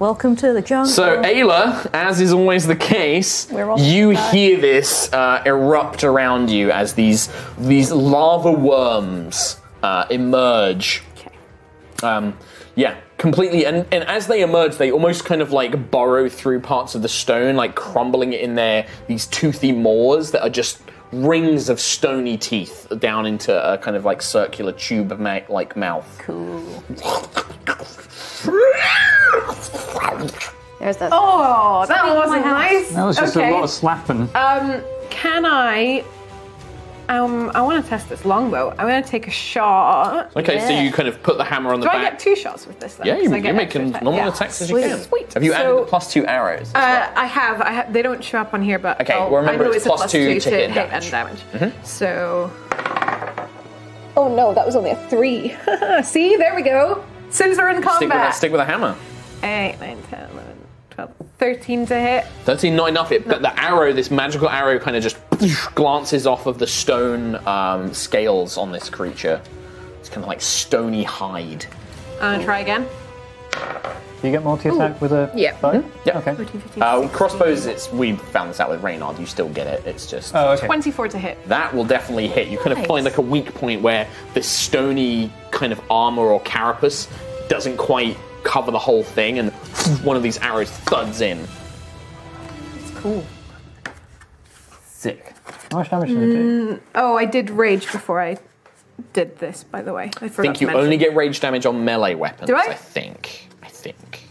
Speaker 10: Welcome to the jungle.
Speaker 6: So, Ayla, as is always the case,
Speaker 10: We're all
Speaker 6: you
Speaker 10: back.
Speaker 6: hear this uh, erupt around you as these these lava worms uh, emerge. Um, yeah, completely. And, and as they emerge, they almost kind of like burrow through parts of the stone, like crumbling it in their these toothy maws that are just rings of stony teeth down into a kind of like circular tube ma- like mouth. Cool.
Speaker 5: There's that.
Speaker 8: Oh, that wasn't nice.
Speaker 1: That was just
Speaker 8: okay.
Speaker 1: a lot of slapping.
Speaker 8: Um, can I? Um, I want to test this longbow. I'm going to take a shot.
Speaker 6: Okay, so you kind of put the hammer on the
Speaker 8: Do I
Speaker 6: back.
Speaker 8: get two shots with this? Then?
Speaker 6: yeah, you,
Speaker 8: 'Cause I
Speaker 6: you're
Speaker 8: get
Speaker 6: making
Speaker 8: extra attack.
Speaker 6: normal
Speaker 8: Yeah.
Speaker 6: attacks as you
Speaker 8: Sweet.
Speaker 6: can.
Speaker 8: Sweet.
Speaker 6: Have you added
Speaker 8: So-
Speaker 6: the plus two arrows?
Speaker 8: Uh, I have. I ha- they don't show up on here, but
Speaker 6: Okay,
Speaker 8: I'll-
Speaker 6: well, remember
Speaker 8: I know
Speaker 6: it's
Speaker 8: it's, a
Speaker 6: plus two to
Speaker 8: to
Speaker 6: hit Mm-hmm. and
Speaker 8: hit and damage. So, oh no, that was only a three. See, there we go. Since we're in
Speaker 6: Stick with, a,
Speaker 8: combat,
Speaker 6: stick with a hammer.
Speaker 8: eight, nine, ten, eleven, twelve, thirteen to hit.
Speaker 6: 13, not enough. It, But the arrow, this magical arrow, kind of just glances off of the stone um, scales on this creature. It's kind of like stony hide.
Speaker 8: And Uh, try again.
Speaker 1: Do you get multi attack
Speaker 8: Ooh.
Speaker 1: with a.
Speaker 8: Yeah.
Speaker 1: bow?
Speaker 6: Yeah. Mm-hmm.
Speaker 1: Okay.
Speaker 6: Uh, crossbows, it's, we found this out with Reynard. You still get it. It's just.
Speaker 1: Oh, okay.
Speaker 8: Twenty-four to hit.
Speaker 6: That will definitely hit. You kind of
Speaker 8: Nice.
Speaker 6: find like a weak point where this stony kind of armor or carapace doesn't quite cover the whole thing, and one of these arrows thuds in.
Speaker 8: It's cool.
Speaker 6: Sick.
Speaker 1: How much damage did it do?
Speaker 8: oh, I did rage before I did this. By the way, I
Speaker 6: I
Speaker 8: forgot.
Speaker 6: think
Speaker 8: to
Speaker 6: you
Speaker 8: mention.
Speaker 6: only get rage damage on melee weapons.
Speaker 8: Do I?
Speaker 6: think. I think.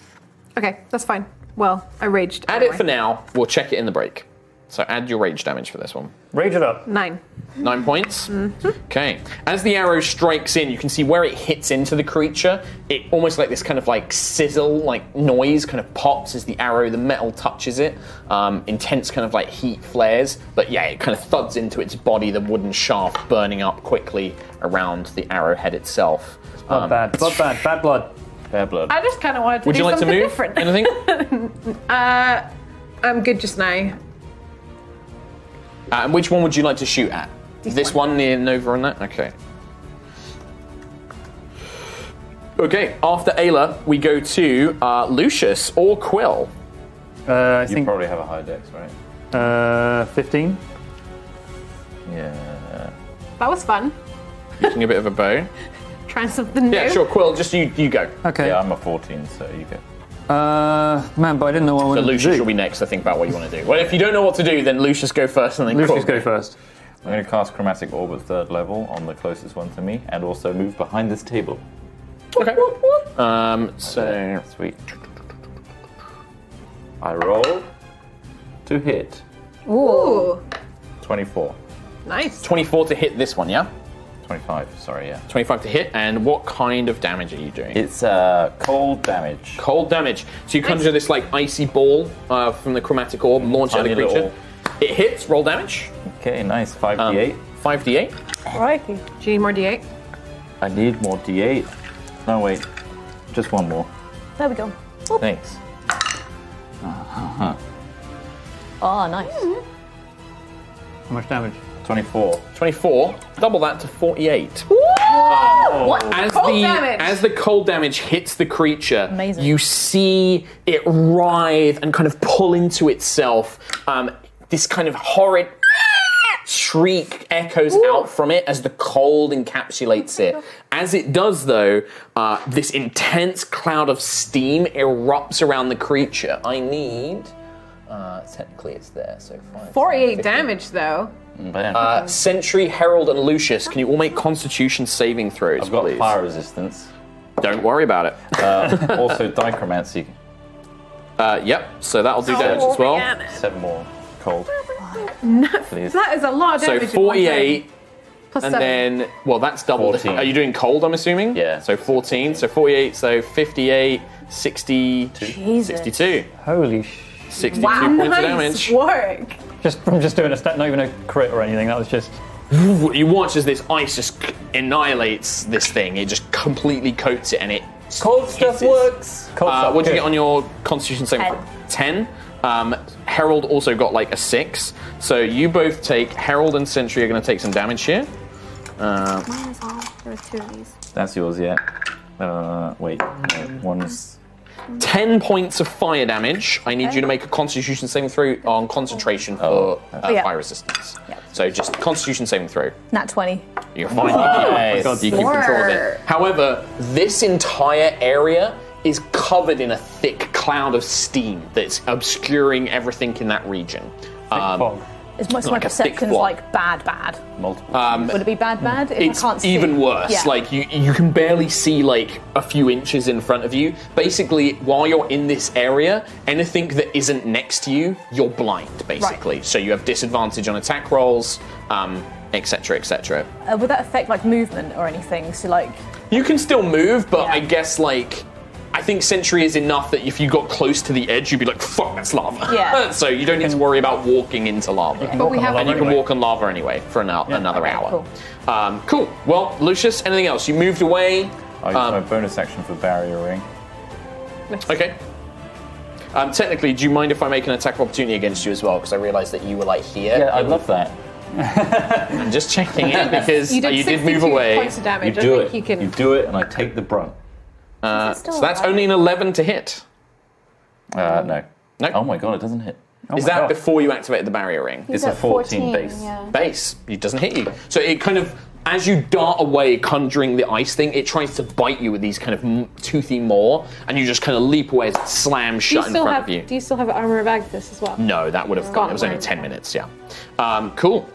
Speaker 8: Okay, that's fine. Well, I raged.
Speaker 6: Add it for now. We'll check it in the break. So add your rage damage for this one.
Speaker 1: Rage it up.
Speaker 8: Nine.
Speaker 6: Nine points.
Speaker 8: Mm-hmm.
Speaker 6: Okay. As the arrow strikes in, you can see where it hits into the creature. It almost like this kind of like sizzle, like noise, kind of pops as the arrow, the metal touches it. Um, intense kind of like heat flares, but yeah, it kind of thuds into its body. The wooden shaft burning up quickly around the arrowhead itself.
Speaker 1: Blood bad. Blood bad. Bad blood.
Speaker 6: Bad blood.
Speaker 8: I just kind of wanted to
Speaker 6: Would
Speaker 8: do
Speaker 6: you like to
Speaker 8: something
Speaker 6: move?
Speaker 8: different.
Speaker 6: Anything?
Speaker 8: uh, I'm good just now.
Speaker 6: Uh, and which one would you like to shoot at? This one near Nova and that? Okay. Okay, after Ayla, we go to uh, Lucius or Quill.
Speaker 1: Uh, I
Speaker 6: You
Speaker 1: think.
Speaker 6: probably have a high dex, right?
Speaker 1: Uh, 15.
Speaker 6: Yeah.
Speaker 8: That was fun.
Speaker 6: Using a bit of a bow.
Speaker 8: Trying something new.
Speaker 6: Yeah, sure, Quill, just you, you go.
Speaker 1: Okay. Yeah,
Speaker 6: I'm a 14, so you go.
Speaker 1: Uh, man, but I didn't know what I
Speaker 6: So
Speaker 1: wanted
Speaker 6: Lucius
Speaker 1: to
Speaker 6: will
Speaker 1: do.
Speaker 6: be next to think about what you want to do. Well, if you don't know what to do, then Lucius go first and then
Speaker 1: Lucius,
Speaker 6: Quill.
Speaker 1: go first.
Speaker 14: I'm going to cast Chromatic Orb at third level on the closest one to me, and also move behind this table.
Speaker 6: Okay. Um, so. Sweet.
Speaker 14: I roll to hit
Speaker 8: Ooh.
Speaker 14: 24.
Speaker 8: Nice.
Speaker 6: 24 to hit this one, yeah?
Speaker 14: 25, sorry, yeah.
Speaker 6: 25 to hit, and what kind of damage are you doing?
Speaker 14: It's uh, cold damage.
Speaker 6: Cold damage. So you conjure this like icy ball uh, from the chromatic orb, launch at a
Speaker 14: Tiny
Speaker 6: creature.
Speaker 14: little-
Speaker 6: It hits, roll damage. Um,
Speaker 14: Okay, nice. 5d8.
Speaker 6: 5d8.
Speaker 8: Righty. Do you need more D8?
Speaker 14: I need more d8. No, wait. Just one more.
Speaker 10: There we go.
Speaker 14: Thanks. Uh-huh.
Speaker 10: Oh, nice.
Speaker 6: How much damage?
Speaker 14: 24.
Speaker 6: 24. Double that to 48.
Speaker 14: What?
Speaker 6: As
Speaker 14: Cold
Speaker 6: the
Speaker 14: damage.
Speaker 6: as the cold damage hits the creature, you see it writhe and kind of pull into itself. Um, this kind of horrid shriek echoes out from it as the cold encapsulates it. As it does, though, uh, this intense cloud of steam erupts around the creature. I need. Uh, technically, it's there, so fine.
Speaker 8: 48 damage, though.
Speaker 6: Uh, Sentry, Herald, and Lucius, can you all make Constitution saving throws? I've got
Speaker 14: fire resistance.
Speaker 6: Don't worry about it.
Speaker 14: Uh, also, dichromancy.
Speaker 6: Uh, yep, so that'll
Speaker 8: Oh,
Speaker 6: do damage as well.
Speaker 14: Seven more cold. Please.
Speaker 8: That is a lot of
Speaker 6: So
Speaker 8: damage. in one turn.
Speaker 6: 48,
Speaker 8: Plus
Speaker 6: and
Speaker 8: seven.
Speaker 6: then, well, that's doubled. Are you doing cold, I'm assuming? Yeah. So 14, so 48, so 58, 60, 62.
Speaker 1: Holy sh.
Speaker 6: 62
Speaker 1: Wow.
Speaker 6: points
Speaker 1: Nice.
Speaker 6: of damage.
Speaker 8: Ah, Work.
Speaker 1: Just from just doing a stat, not even a crit or anything. That was just.
Speaker 6: You watch as this ice just annihilates this thing. It just completely coats it, and it cold stuff works.
Speaker 1: Cold stuff,
Speaker 6: what do you
Speaker 1: good.
Speaker 6: get on your Constitution saving? throw? Ten. Um, Herald also got like a six. So you both take Herald and Sentry are going to take some damage here. Uh,
Speaker 7: Mine as well. There were two of these.
Speaker 14: That's yours, yeah. Uh, wait, no, one's.
Speaker 6: ten points of fire damage. I need you to make a Constitution saving throw on concentration for uh,
Speaker 10: Oh, yeah.
Speaker 6: fire resistance. So just Constitution saving throw.
Speaker 10: Nat 20.
Speaker 6: You're fine.
Speaker 10: Oh,
Speaker 6: you
Speaker 10: my
Speaker 6: keep,
Speaker 10: God.
Speaker 6: you keep control of it. However, this entire area is covered in a thick cloud of steam that's obscuring everything in that region. Um,
Speaker 10: As much as my
Speaker 6: Like a thick
Speaker 10: perception's
Speaker 6: block.
Speaker 10: like bad, bad.
Speaker 14: Multiple.
Speaker 6: um,
Speaker 10: Would it be bad, bad? If
Speaker 6: it's
Speaker 10: I can't see.
Speaker 6: even worse.
Speaker 10: Yeah.
Speaker 6: Like you, you can barely see like a few inches in front of you. Basically, while you're in this area, anything that isn't next to you, you're blind. Basically, so you have disadvantage on attack rolls, um, etc., etc.
Speaker 10: Uh, would that affect like movement or anything? So like,
Speaker 6: You can still move, but I guess like I think sentry is enough that if you got close to the edge, you'd be like, "Fuck, that's lava."
Speaker 10: Yeah.
Speaker 6: so you don't need to worry about walking into lava.
Speaker 10: But walk we on have- lava
Speaker 6: and you can
Speaker 10: anyway.
Speaker 6: walk on lava anyway for an, another hour. Cool. Um, cool. Well, Lucius, anything else? You moved away.
Speaker 14: I used
Speaker 6: um,
Speaker 14: my bonus action for barrier ring.
Speaker 6: Okay. Um, technically, do you mind if I make an attack of opportunity against you as well? Because I realised that you were like here.
Speaker 14: Yeah, I love that.
Speaker 6: I'm just checking in because
Speaker 8: You did
Speaker 6: move
Speaker 8: 62
Speaker 6: away.
Speaker 8: points of damage. You I do think it. you can-
Speaker 14: You do it, and I take the brunt.
Speaker 6: Uh,
Speaker 8: still
Speaker 6: so that's
Speaker 8: alive?
Speaker 6: only an 11 to hit.
Speaker 14: Uh, no.
Speaker 6: No.
Speaker 14: Oh my god, it doesn't hit. Oh
Speaker 6: is
Speaker 14: my
Speaker 6: that
Speaker 14: God.
Speaker 6: before you activated the barrier ring?
Speaker 14: It's He's a at 14 14, base. yeah.
Speaker 6: Base. It doesn't hit you. So it kind of, as you dart away, conjuring the ice thing, it tries to bite you with these kind of m- toothy maw, and you just kind of leap away as it slams
Speaker 8: Do you
Speaker 6: shut in
Speaker 8: still
Speaker 6: front
Speaker 8: have?
Speaker 6: of you.
Speaker 8: Do you still have armor of Agnes as well?
Speaker 6: No, that would have gone. It was only 10 minutes, yeah. Um, cool.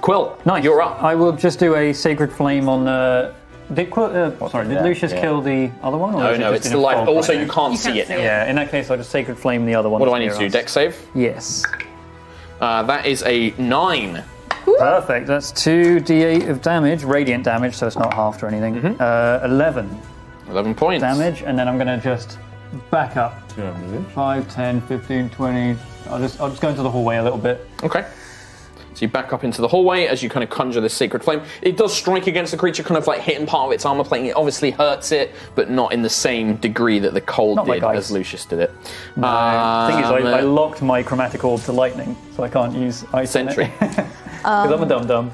Speaker 6: Quill,
Speaker 1: nice. You're up. I will just do a sacred flame on. Uh, did Quill, uh, sorry, did
Speaker 6: Yeah,
Speaker 1: Lucius
Speaker 6: yeah.
Speaker 1: kill the other one? Or
Speaker 6: No,
Speaker 1: is it
Speaker 6: Oh, no,
Speaker 1: just
Speaker 6: it's
Speaker 1: in
Speaker 6: the
Speaker 1: a
Speaker 6: light-
Speaker 1: fog
Speaker 6: also
Speaker 1: right
Speaker 6: you
Speaker 1: now?
Speaker 6: can't You see can't it see now. it.
Speaker 1: Yeah, in that case, I'll just sacred flame the other one.
Speaker 6: What do I need to
Speaker 1: near
Speaker 6: do?
Speaker 1: us.
Speaker 6: Deck save?
Speaker 1: Yes.
Speaker 6: Uh, that is a 9.
Speaker 1: Perfect. That's two d8 of damage, radiant damage, so it's not halved or anything. Uh, Eleven.
Speaker 6: 11 points.
Speaker 1: Damage, and then I'm going to just back up. 5, 10, 15, 20. I'll just, I'll just go into the hallway a little bit.
Speaker 6: Okay. So you back up into the hallway as you kind of conjure this sacred flame. It does strike against the creature, kind of like hitting part of its armor plate. and It obviously hurts it, but not in the same degree that the cold
Speaker 1: Not
Speaker 6: did
Speaker 1: like ice.
Speaker 6: as Lucius did it.
Speaker 1: I think
Speaker 6: Um,
Speaker 1: I, I locked my chromatic orb to lightning, so I can't use ice. Sentry. Because I'm a dum dum.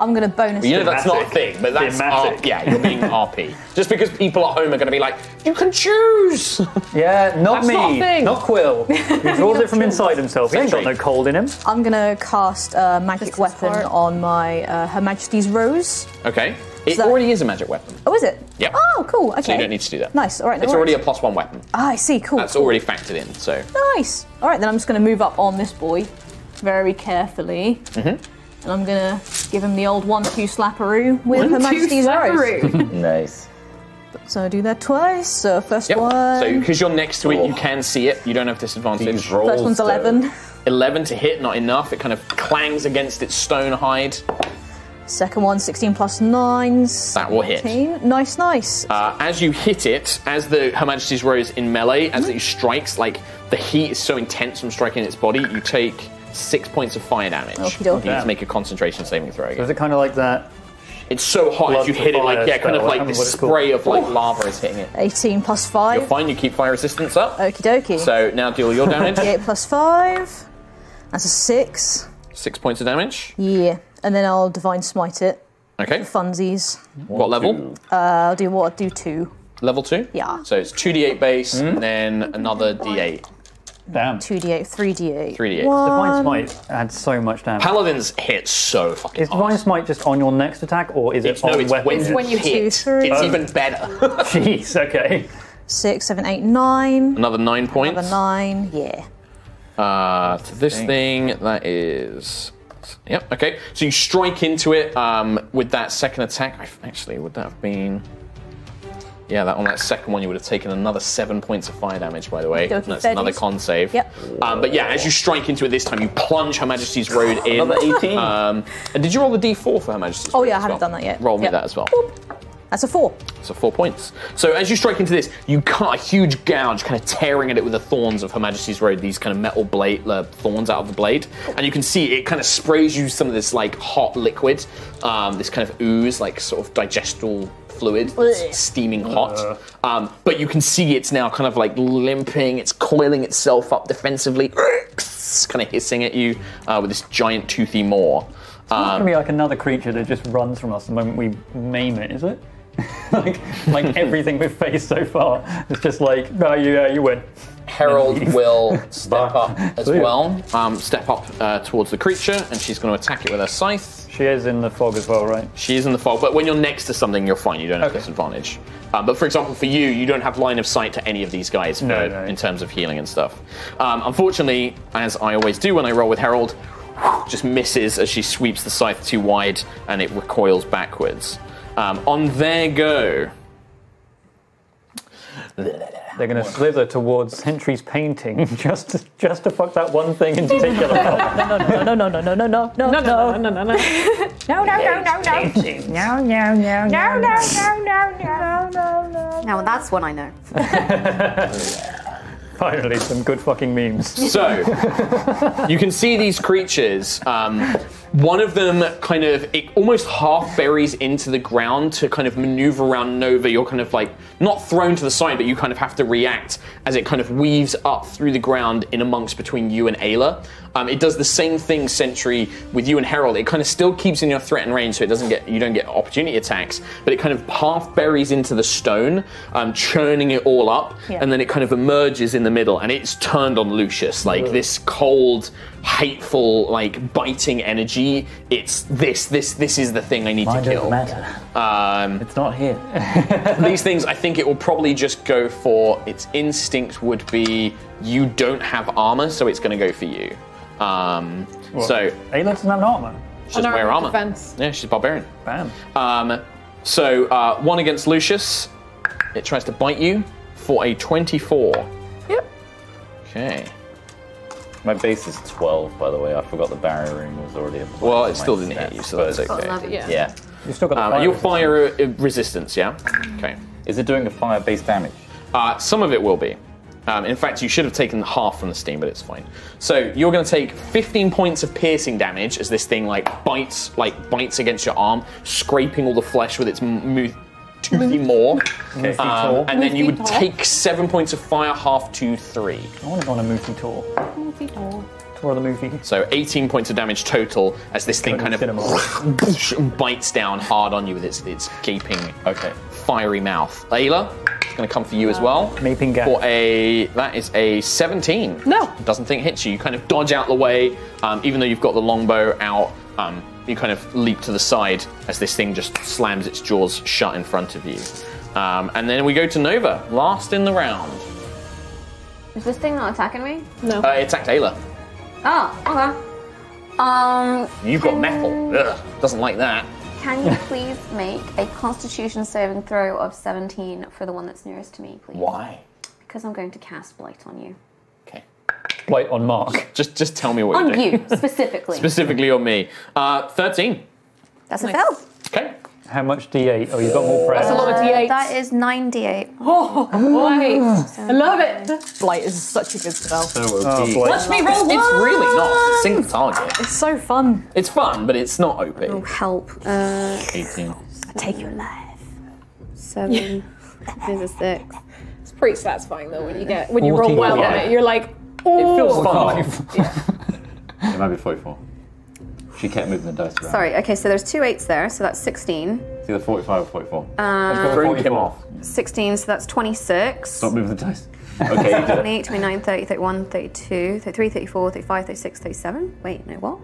Speaker 10: I'm gonna bonus.
Speaker 6: well, you know
Speaker 10: it.
Speaker 6: that's not a thing, but that's R-
Speaker 1: Thematic.
Speaker 6: yeah, you're being RP. Just because people at home are going to be like, you can choose.
Speaker 1: Yeah, not
Speaker 6: That's
Speaker 1: me.
Speaker 6: not a thing.
Speaker 1: Not Quill. He draws it from inside himself. He ain't got no
Speaker 6: Sentry.
Speaker 1: cold in him.
Speaker 10: I'm gonna cast a magic weapon on my uh, Her Majesty's Rose.
Speaker 6: Okay, it already is a magic weapon.
Speaker 10: Oh, is it?
Speaker 6: Yep.
Speaker 10: Oh, cool. Okay.
Speaker 6: So you don't need to do that.
Speaker 10: Nice. All right. no
Speaker 6: It's already a
Speaker 10: worries.
Speaker 6: plus one weapon.
Speaker 10: Ah, I see. Cool.
Speaker 6: That's already factored in. So.
Speaker 10: Nice. All right, then I'm just gonna move up on this boy very carefully,
Speaker 6: Mhm.
Speaker 10: and I'm gonna give him the old one-two slapperoo with Her Majesty's Rose.
Speaker 14: nice.
Speaker 13: So I do that twice. So first
Speaker 6: Yep.
Speaker 13: one.
Speaker 6: So because you're next to it, you can see it. You don't have disadvantage.
Speaker 13: first one's eleven.
Speaker 6: 11 to hit, not enough. It kind of clangs against its stone hide.
Speaker 13: Second one, 16 plus 9.
Speaker 6: That will hit.
Speaker 13: 17. Nice, nice.
Speaker 6: Uh, as you hit it, as the Her Majesty's Rose in melee, as it strikes, like the heat is so intense from striking its body, you take six points of fire damage.
Speaker 1: Okie
Speaker 6: You
Speaker 1: doke.
Speaker 6: need to make a concentration saving throw.
Speaker 1: So
Speaker 6: Again.
Speaker 1: is it kind of like that?
Speaker 6: It's so hot as you hit it, like yeah, kind of like this spray of like lava is hitting it.
Speaker 13: 18 plus
Speaker 6: You're
Speaker 13: 5.
Speaker 6: fine. You keep fire resistance up.
Speaker 13: Okie dokie.
Speaker 6: So now deal your damage.
Speaker 13: 8 plus 5. That's a 6.
Speaker 6: six points of damage.
Speaker 13: Yeah. And then I'll Divine Smite it.
Speaker 6: Okay.
Speaker 13: Funsies.
Speaker 6: What level?
Speaker 13: Uh, I'll do what? Do 2.
Speaker 6: Level two.
Speaker 13: Yeah.
Speaker 6: So it's two d8 base, and then another d8.
Speaker 1: Damn.
Speaker 13: 2d8, 3d8.
Speaker 6: 3d8.
Speaker 1: Divine
Speaker 6: Um,
Speaker 13: One.
Speaker 1: Smite adds so much damage.
Speaker 6: Paladins hit so fucking
Speaker 1: Is Divine Smite just on your next attack, or is
Speaker 6: It's-
Speaker 1: it on
Speaker 6: no, it's
Speaker 1: weapons?
Speaker 6: when It's when you you hit. hit. It's even better.
Speaker 1: Jeez, okay.
Speaker 13: Six, seven, eight, nine.
Speaker 6: Another nine points.
Speaker 13: Another 9. Yeah.
Speaker 6: Uh, to this thing. that is. Yep, okay. So you strike into it um, with that second attack. I- Actually, would that have been. Yeah, that on that second one, you would have taken another seven points of fire damage, by the way.
Speaker 2: Okey-dokey,
Speaker 6: And that's another
Speaker 2: thirties.
Speaker 6: con save.
Speaker 2: Yep.
Speaker 6: Um, but yeah, as you strike into it this time, you plunge Her Majesty's Road in.
Speaker 2: Another 18.
Speaker 6: Um, and did you roll the d4 for Her Majesty's
Speaker 13: Oh,
Speaker 6: Road
Speaker 13: yeah, I
Speaker 6: as
Speaker 13: haven't
Speaker 6: well?
Speaker 13: done that yet.
Speaker 6: Roll me
Speaker 13: Yep.
Speaker 6: that as well.
Speaker 13: That's a 4.
Speaker 6: So four points. So as you strike into this, you cut a huge gouge, kind of tearing at it with the thorns of Her Majesty's Road. These kind of metal blade uh, thorns out of the blade, and you can see it kind of sprays you some of this like hot liquid, um, this kind of ooze, like sort of digestible fluid, that's steaming hot. Um, but you can see it's now kind of like limping. It's coiling itself up defensively, kind of hissing at you uh, with this giant toothy maw.
Speaker 1: It's
Speaker 6: Um,
Speaker 1: gonna be like another creature that just runs from us the moment we maim it, is it? like, like everything we've faced so far, it's just like, no, you, uh, you win.
Speaker 6: Harold will step up as
Speaker 1: See ya.
Speaker 6: well. Um, step up uh, towards the creature, and she's going to attack it with her scythe.
Speaker 1: She is in the fog as well, right?
Speaker 6: She is in the fog, but when you're next to something, you're fine. You don't have disadvantage. Um, but for example, for you, you don't have line of sight to any of these guys for,
Speaker 1: No, no.
Speaker 6: in terms of healing and stuff. Um, unfortunately, as I always do when I roll with Harold, just misses as she sweeps the scythe too wide, and it recoils backwards. Um, on their go,
Speaker 1: They're gonna slither towards Sentry's painting just to, just to fuck that one thing in particular. up.
Speaker 13: No, no, no, no, no, no, no, no, no, no, no, no, no, no,
Speaker 5: No, no, no, no,
Speaker 13: no, no, no,
Speaker 5: no. No, no, no, no, no, no, no. Now that's one I know.
Speaker 1: Finally, some good fucking memes.
Speaker 6: So, you can see these creatures. Um, one of them kind of it almost half buries into the ground to kind of maneuver around Nova. You're kind of like not thrown to the side, but you kind of have to react as it kind of weaves up through the ground in amongst between you and Ayla. Um, it does the same thing, Sentry, with you and Harold. It kind of still keeps in your threatened range, so it doesn't get you don't get opportunity attacks, but it kind of half buries into the stone, um, churning it all up,
Speaker 2: Yeah.
Speaker 6: and then it kind of emerges in the middle, and it's turned on Lucius like
Speaker 2: Ugh.
Speaker 6: this cold, hateful, like biting energy. It's this, this, this is the thing I need
Speaker 2: Mine
Speaker 6: to
Speaker 2: doesn't
Speaker 6: kill.
Speaker 2: matter.
Speaker 6: Um,
Speaker 2: It's not here.
Speaker 6: these things, I think it will probably just go for its instinct would be you don't have armor, so it's going to go for you. Um,
Speaker 1: What?
Speaker 6: so
Speaker 1: Ayla doesn't have an armor.
Speaker 6: she doesn't wear armor. Yeah, she's barbarian. Bam. Um, so uh, one against Lucius. It tries to bite you for a twenty-four.
Speaker 8: Yep.
Speaker 6: Okay.
Speaker 14: My base is 12, by the way. I forgot the barrier room was already applied.
Speaker 6: Well, it
Speaker 14: to my
Speaker 6: still didn't hit
Speaker 14: stats,
Speaker 6: you, so that's
Speaker 14: but-
Speaker 6: okay. Got eleven.
Speaker 14: Yeah.
Speaker 1: You've still got
Speaker 6: Um, your fire uh, resistance, yeah? Okay.
Speaker 14: Is it doing a fire based damage?
Speaker 6: Uh, some of it will be. Um, in fact, you should have taken half from the steam, but it's fine. So you're going to take 15 points of piercing damage as this thing like bites, like bites against your arm, scraping all the flesh with its m- mo- toothy maw.
Speaker 1: Okay.
Speaker 6: Um, and then you would
Speaker 1: Toothy maw.
Speaker 6: take seven points of fire, half to three.
Speaker 1: I want to go on a movie tour. Tour of the movie.
Speaker 6: So 18 points of damage total as this thing kind of bites down hard on you with its, its gaping, fiery mouth. Ayla, it's going to come for you as well.
Speaker 1: Maping gap.
Speaker 6: For a that is a 17. No, doesn't think it hits you. You kind of dodge out the way, um, even though you've got the longbow out. Um, you kind of leap to the side as this thing just slams its jaws shut in front of you. Um, and then we go to Nova, last in the round.
Speaker 5: Is this thing not attacking me?
Speaker 8: No.
Speaker 6: Uh, it attacked Ayla.
Speaker 5: Oh, okay. Um,
Speaker 6: You've got metal. Ugh, doesn't like that.
Speaker 5: Can you please make a Constitution saving throw of 17 for the one that's nearest to me, please?
Speaker 6: Why?
Speaker 5: Because I'm going to cast blight on you.
Speaker 1: Wait on Mark.
Speaker 6: Just just tell me what
Speaker 5: on
Speaker 6: you're
Speaker 5: you
Speaker 6: doing.
Speaker 5: specifically.
Speaker 6: Specifically on me. Uh, 13.
Speaker 5: That's a fail.
Speaker 6: Okay.
Speaker 1: How much D8? Oh, you've got more prayers.
Speaker 5: D8. That is nine D8.
Speaker 8: Oh, blight. I love it.
Speaker 10: Blight is such a good spell.
Speaker 6: So
Speaker 1: Oh,
Speaker 6: OP.
Speaker 1: boy.
Speaker 6: Watch me roll It's really not. It's a single target.
Speaker 10: It's so fun.
Speaker 6: It's fun, but it's not OP.
Speaker 5: Oh, help. Uh,
Speaker 6: 18.
Speaker 5: I take you alive. Seven. There's a six.
Speaker 8: It's pretty satisfying though when you get when you roll
Speaker 14: 14,
Speaker 8: well on
Speaker 14: yeah.
Speaker 8: it. You're like, oh,
Speaker 14: it might be 44. She kept moving the dice around.
Speaker 5: Sorry, okay, so there's two eights there, so that's 16.
Speaker 14: It's either 45 or 44.
Speaker 5: Um,
Speaker 14: him off.
Speaker 5: 16, so that's 26.
Speaker 2: Oh.
Speaker 14: Stop moving the dice. Okay, you did it.
Speaker 5: 28, 29, 30, 31, 32, 33, 34, 35, 36, 37. Wait, no, what?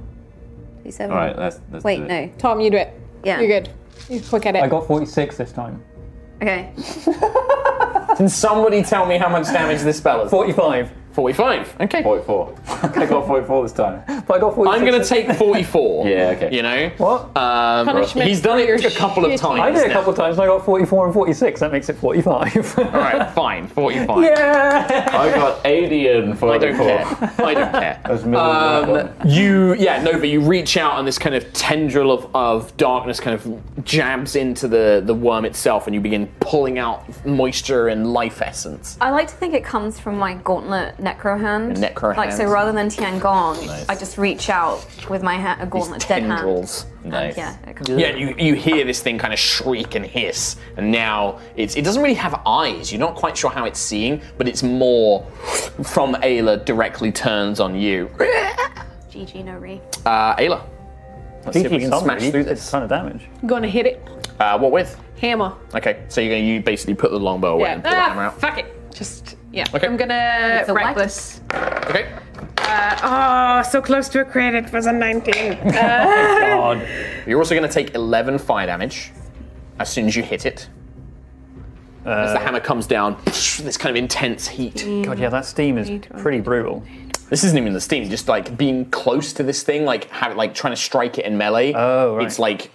Speaker 5: 37.
Speaker 14: All right, let's- let's
Speaker 5: Wait,
Speaker 14: do it.
Speaker 5: no.
Speaker 8: Tom, you do it.
Speaker 5: Yeah.
Speaker 8: You're good. You're quick at it.
Speaker 1: I got 46 this time.
Speaker 5: Okay.
Speaker 6: Can somebody tell me how much damage this spell is?
Speaker 1: 45.
Speaker 6: 45. Okay.
Speaker 14: 44. I got 44 this time.
Speaker 1: But I got 46.
Speaker 6: I'm going to take 44.
Speaker 14: Yeah, okay.
Speaker 6: You know?
Speaker 1: What?
Speaker 6: Um,
Speaker 1: Punishment
Speaker 6: he's done
Speaker 1: for
Speaker 6: it
Speaker 1: your
Speaker 6: a couple of
Speaker 1: shitty-
Speaker 6: times.
Speaker 1: I did it a
Speaker 6: now.
Speaker 1: couple of times and I got 44 and 46. That makes it 45. All
Speaker 6: right, fine. 45.
Speaker 1: Yeah!
Speaker 14: I got 80 and 44.
Speaker 6: I don't care. I don't care. Um, you, yeah, Nova, you reach out and this kind of tendril of, of darkness kind of jabs into the, the worm itself and you begin pulling out moisture and life essence.
Speaker 5: I like to think it comes from my gauntlet necro hand.
Speaker 6: Your necro
Speaker 5: Like, so
Speaker 6: hand.
Speaker 5: rather than Tian Gong,
Speaker 6: Nice.
Speaker 5: I just reach out with my ha- a gauntlet dead hand.
Speaker 6: Tendrils.
Speaker 5: Nice. yeah, it comes-
Speaker 6: Yeah, you, you hear this thing kind of shriek and hiss, and now it's, it doesn't really have eyes. You're not quite sure how it's seeing, but it's more from Ayla directly turns on you.
Speaker 5: GG, no re.
Speaker 6: Uh, Ayla. Let's see if we can smash through this.
Speaker 1: ton of damage.
Speaker 8: Gonna hit it.
Speaker 6: Uh, what with?
Speaker 8: Hammer.
Speaker 6: Okay, so you're gonna you basically put the longbow away and pull the hammer
Speaker 8: Ah,
Speaker 6: out.
Speaker 8: fuck it. Just yeah.
Speaker 6: Okay.
Speaker 8: I'm gonna
Speaker 6: It's a
Speaker 8: reckless.
Speaker 6: Okay.
Speaker 8: Uh, oh, so close to a crit. It was a 19. Uh,
Speaker 6: God. You're also gonna take 11 fire damage as soon as you hit it. as
Speaker 8: Uh,
Speaker 6: the hammer comes down, this kind of intense heat.
Speaker 1: Uh,
Speaker 8: Mm.
Speaker 1: God, yeah, that steam is pretty brutal.
Speaker 6: This isn't even the steam. Just like being close to this thing, like have, like trying to strike it in melee. Oh,
Speaker 1: right.
Speaker 6: It's like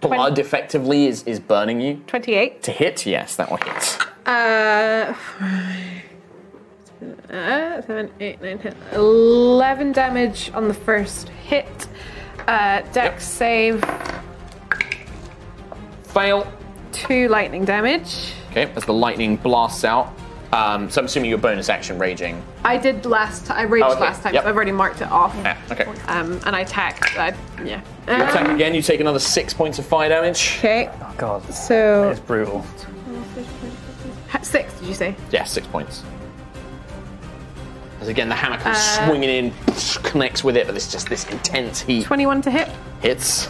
Speaker 6: blood effectively is is burning you.
Speaker 8: 28.
Speaker 6: To hit, yes, that one hits.
Speaker 8: Uh, uh, seven, eight, nine, ten. 11 damage on the first hit. Uh, dex save.
Speaker 6: Fail.
Speaker 8: Two lightning damage.
Speaker 6: Okay, as the lightning blasts out. Um, so I'm assuming your bonus action raging.
Speaker 8: I did last. I raged
Speaker 6: Oh, okay.
Speaker 8: last time,
Speaker 6: Yep.
Speaker 8: so I've already marked it off.
Speaker 6: Yeah. Okay.
Speaker 8: Um, and I attacked. I, yeah. Uh,
Speaker 6: You
Speaker 8: Ah.
Speaker 6: attack again. You take another six points of fire damage.
Speaker 8: Okay.
Speaker 1: Oh god.
Speaker 8: So-
Speaker 1: it's brutal.
Speaker 8: Six, did you say?
Speaker 6: Yeah, six points. As again, the hammer comes
Speaker 8: Uh,
Speaker 6: swinging in, connects with it, but it's just this intense heat.
Speaker 8: 21 to hit.
Speaker 6: Hits.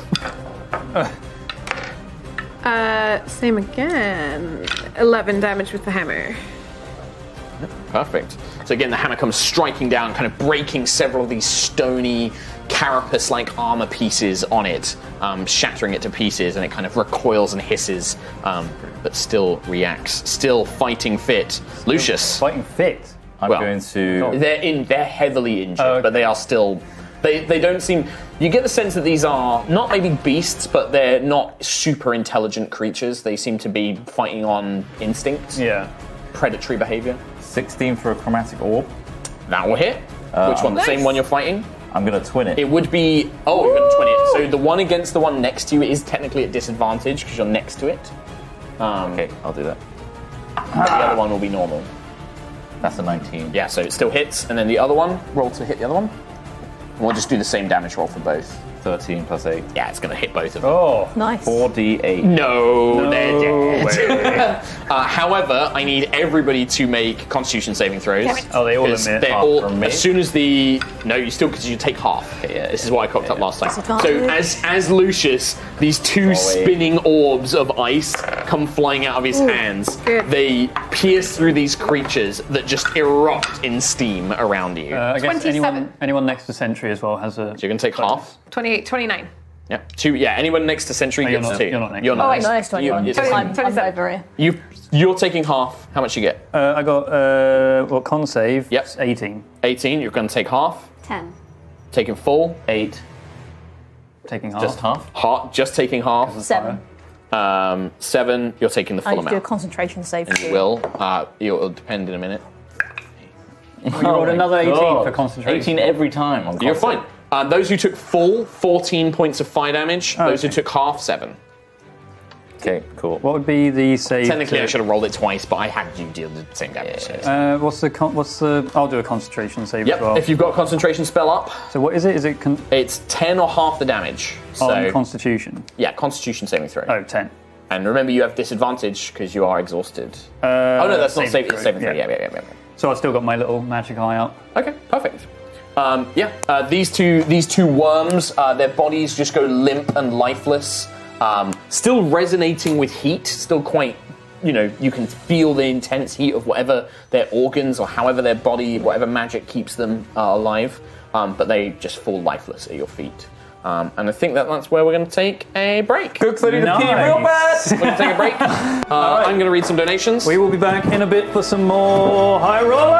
Speaker 8: Uh, same again. 11 damage with the hammer.
Speaker 6: Perfect. So again, the hammer comes striking down, kind of breaking several of these stony carapace-like armor pieces on it, um, shattering it to pieces, and it kind of recoils and hisses, um, but still reacts, still fighting fit. Lucius,
Speaker 1: fighting fit.
Speaker 6: I'm
Speaker 14: going to-
Speaker 6: They're in. They're heavily injured, but they are still. They, they don't seem. You get the sense that these are not maybe beasts, but they're not super intelligent creatures. They seem to be fighting on instinct.
Speaker 1: Yeah.
Speaker 6: Predatory behavior.
Speaker 14: 16 for a chromatic orb.
Speaker 6: That will hit. Which one? The same one you're fighting?
Speaker 14: I'm going to twin it.
Speaker 6: It would be. Oh, you're going to twin it. So the one against the one next to you is technically at disadvantage because you're next to it. Um, okay,
Speaker 14: I'll do that.
Speaker 6: But the other one will be normal.
Speaker 14: That's a 19.
Speaker 6: Yeah, so it still hits, and then the other one roll to hit the other one. And we'll just do the same damage roll for both.
Speaker 14: 13 plus 8.
Speaker 6: Yeah, it's going to hit both of them.
Speaker 1: Oh,
Speaker 10: nice.
Speaker 14: 4d8.
Speaker 6: No, they're
Speaker 1: No
Speaker 6: dead. uh, however, I need everybody to make Constitution saving throws.
Speaker 1: Damn it. Oh, they all
Speaker 6: 'Cause
Speaker 1: admit.
Speaker 6: They're
Speaker 1: Apart
Speaker 6: all,
Speaker 1: from me.
Speaker 6: as soon as the no, you still because you take half. this is what I cocked up last time. So
Speaker 1: Disadvantage.
Speaker 6: as as Lucius, these two spinning orbs of ice come flying out of his
Speaker 8: Ooh,
Speaker 6: hands.
Speaker 8: good.
Speaker 6: They pierce through these creatures that just erupt in steam around you.
Speaker 1: Uh, I guess
Speaker 8: 27.
Speaker 1: anyone, anyone next to Sentry as well has a.
Speaker 6: So you can take half.
Speaker 8: 28, 29.
Speaker 6: Yeah, two. Yeah, anyone next to Sentry
Speaker 1: Oh, you're
Speaker 6: gets
Speaker 1: not-
Speaker 6: two.
Speaker 1: you're not next.
Speaker 6: You're
Speaker 1: Oh,
Speaker 6: not
Speaker 1: wait, no,
Speaker 6: next.
Speaker 1: it's 21.
Speaker 6: You,
Speaker 1: Twenty-
Speaker 6: you, you, you're taking half. How much you get?
Speaker 1: Uh, I got uh, well, con save. Yep. Eighteen.
Speaker 6: Eighteen. You're going to take half.
Speaker 5: Ten.
Speaker 6: Taking full.
Speaker 14: Eight.
Speaker 1: taking half?
Speaker 6: Just half. Half. Just taking half.
Speaker 10: Seven.
Speaker 6: Um, seven. You're taking the
Speaker 10: I
Speaker 6: full
Speaker 10: need to Oh, do a
Speaker 6: amount.
Speaker 10: concentration save.
Speaker 6: And you
Speaker 10: too.
Speaker 6: will. Uh, you- it'll depend in a minute.
Speaker 1: Oh, you rolled another 18 for concentration.
Speaker 6: 18 every time. You're fine. Uh, those who took full, 14 points of fire damage. those who took half, seven.
Speaker 1: Oh, Okay, cool. What would be the save?
Speaker 6: Technically,
Speaker 1: to-
Speaker 6: I should have rolled it twice, but I had you deal the same damage. so-
Speaker 1: Uh, what's the con- what's the? I'll do a concentration save
Speaker 6: Yep.
Speaker 1: as well.
Speaker 6: If you've got a concentration spell up,
Speaker 1: so what is it? Is it con-
Speaker 6: it's ten or half the damage. So
Speaker 1: on Constitution?
Speaker 6: yeah, Constitution saving throw.
Speaker 1: Oh, 10.
Speaker 6: And remember, you have disadvantage because you are exhausted.
Speaker 1: Uh,
Speaker 6: oh no, that's not saving.
Speaker 1: throw,
Speaker 6: It's saving throw. Yeah, yeah, yeah, yeah.
Speaker 1: So I've still got my little magic eye up.
Speaker 6: Okay, perfect. Um, yeah, uh, these two these two worms, uh, their bodies just go limp and lifeless, um, still resonating with heat. Still quite, you know, you can feel the intense heat of whatever their organs or however their body, whatever magic keeps them uh, alive. Um, but they just fall lifeless at your feet. Um, and I think that that's where we're going to take a break. Good,
Speaker 1: I need to pee real Nice.
Speaker 6: We're going to take a break. Uh, I'm going to read some donations.
Speaker 1: We will be back in a bit for some more high rollers.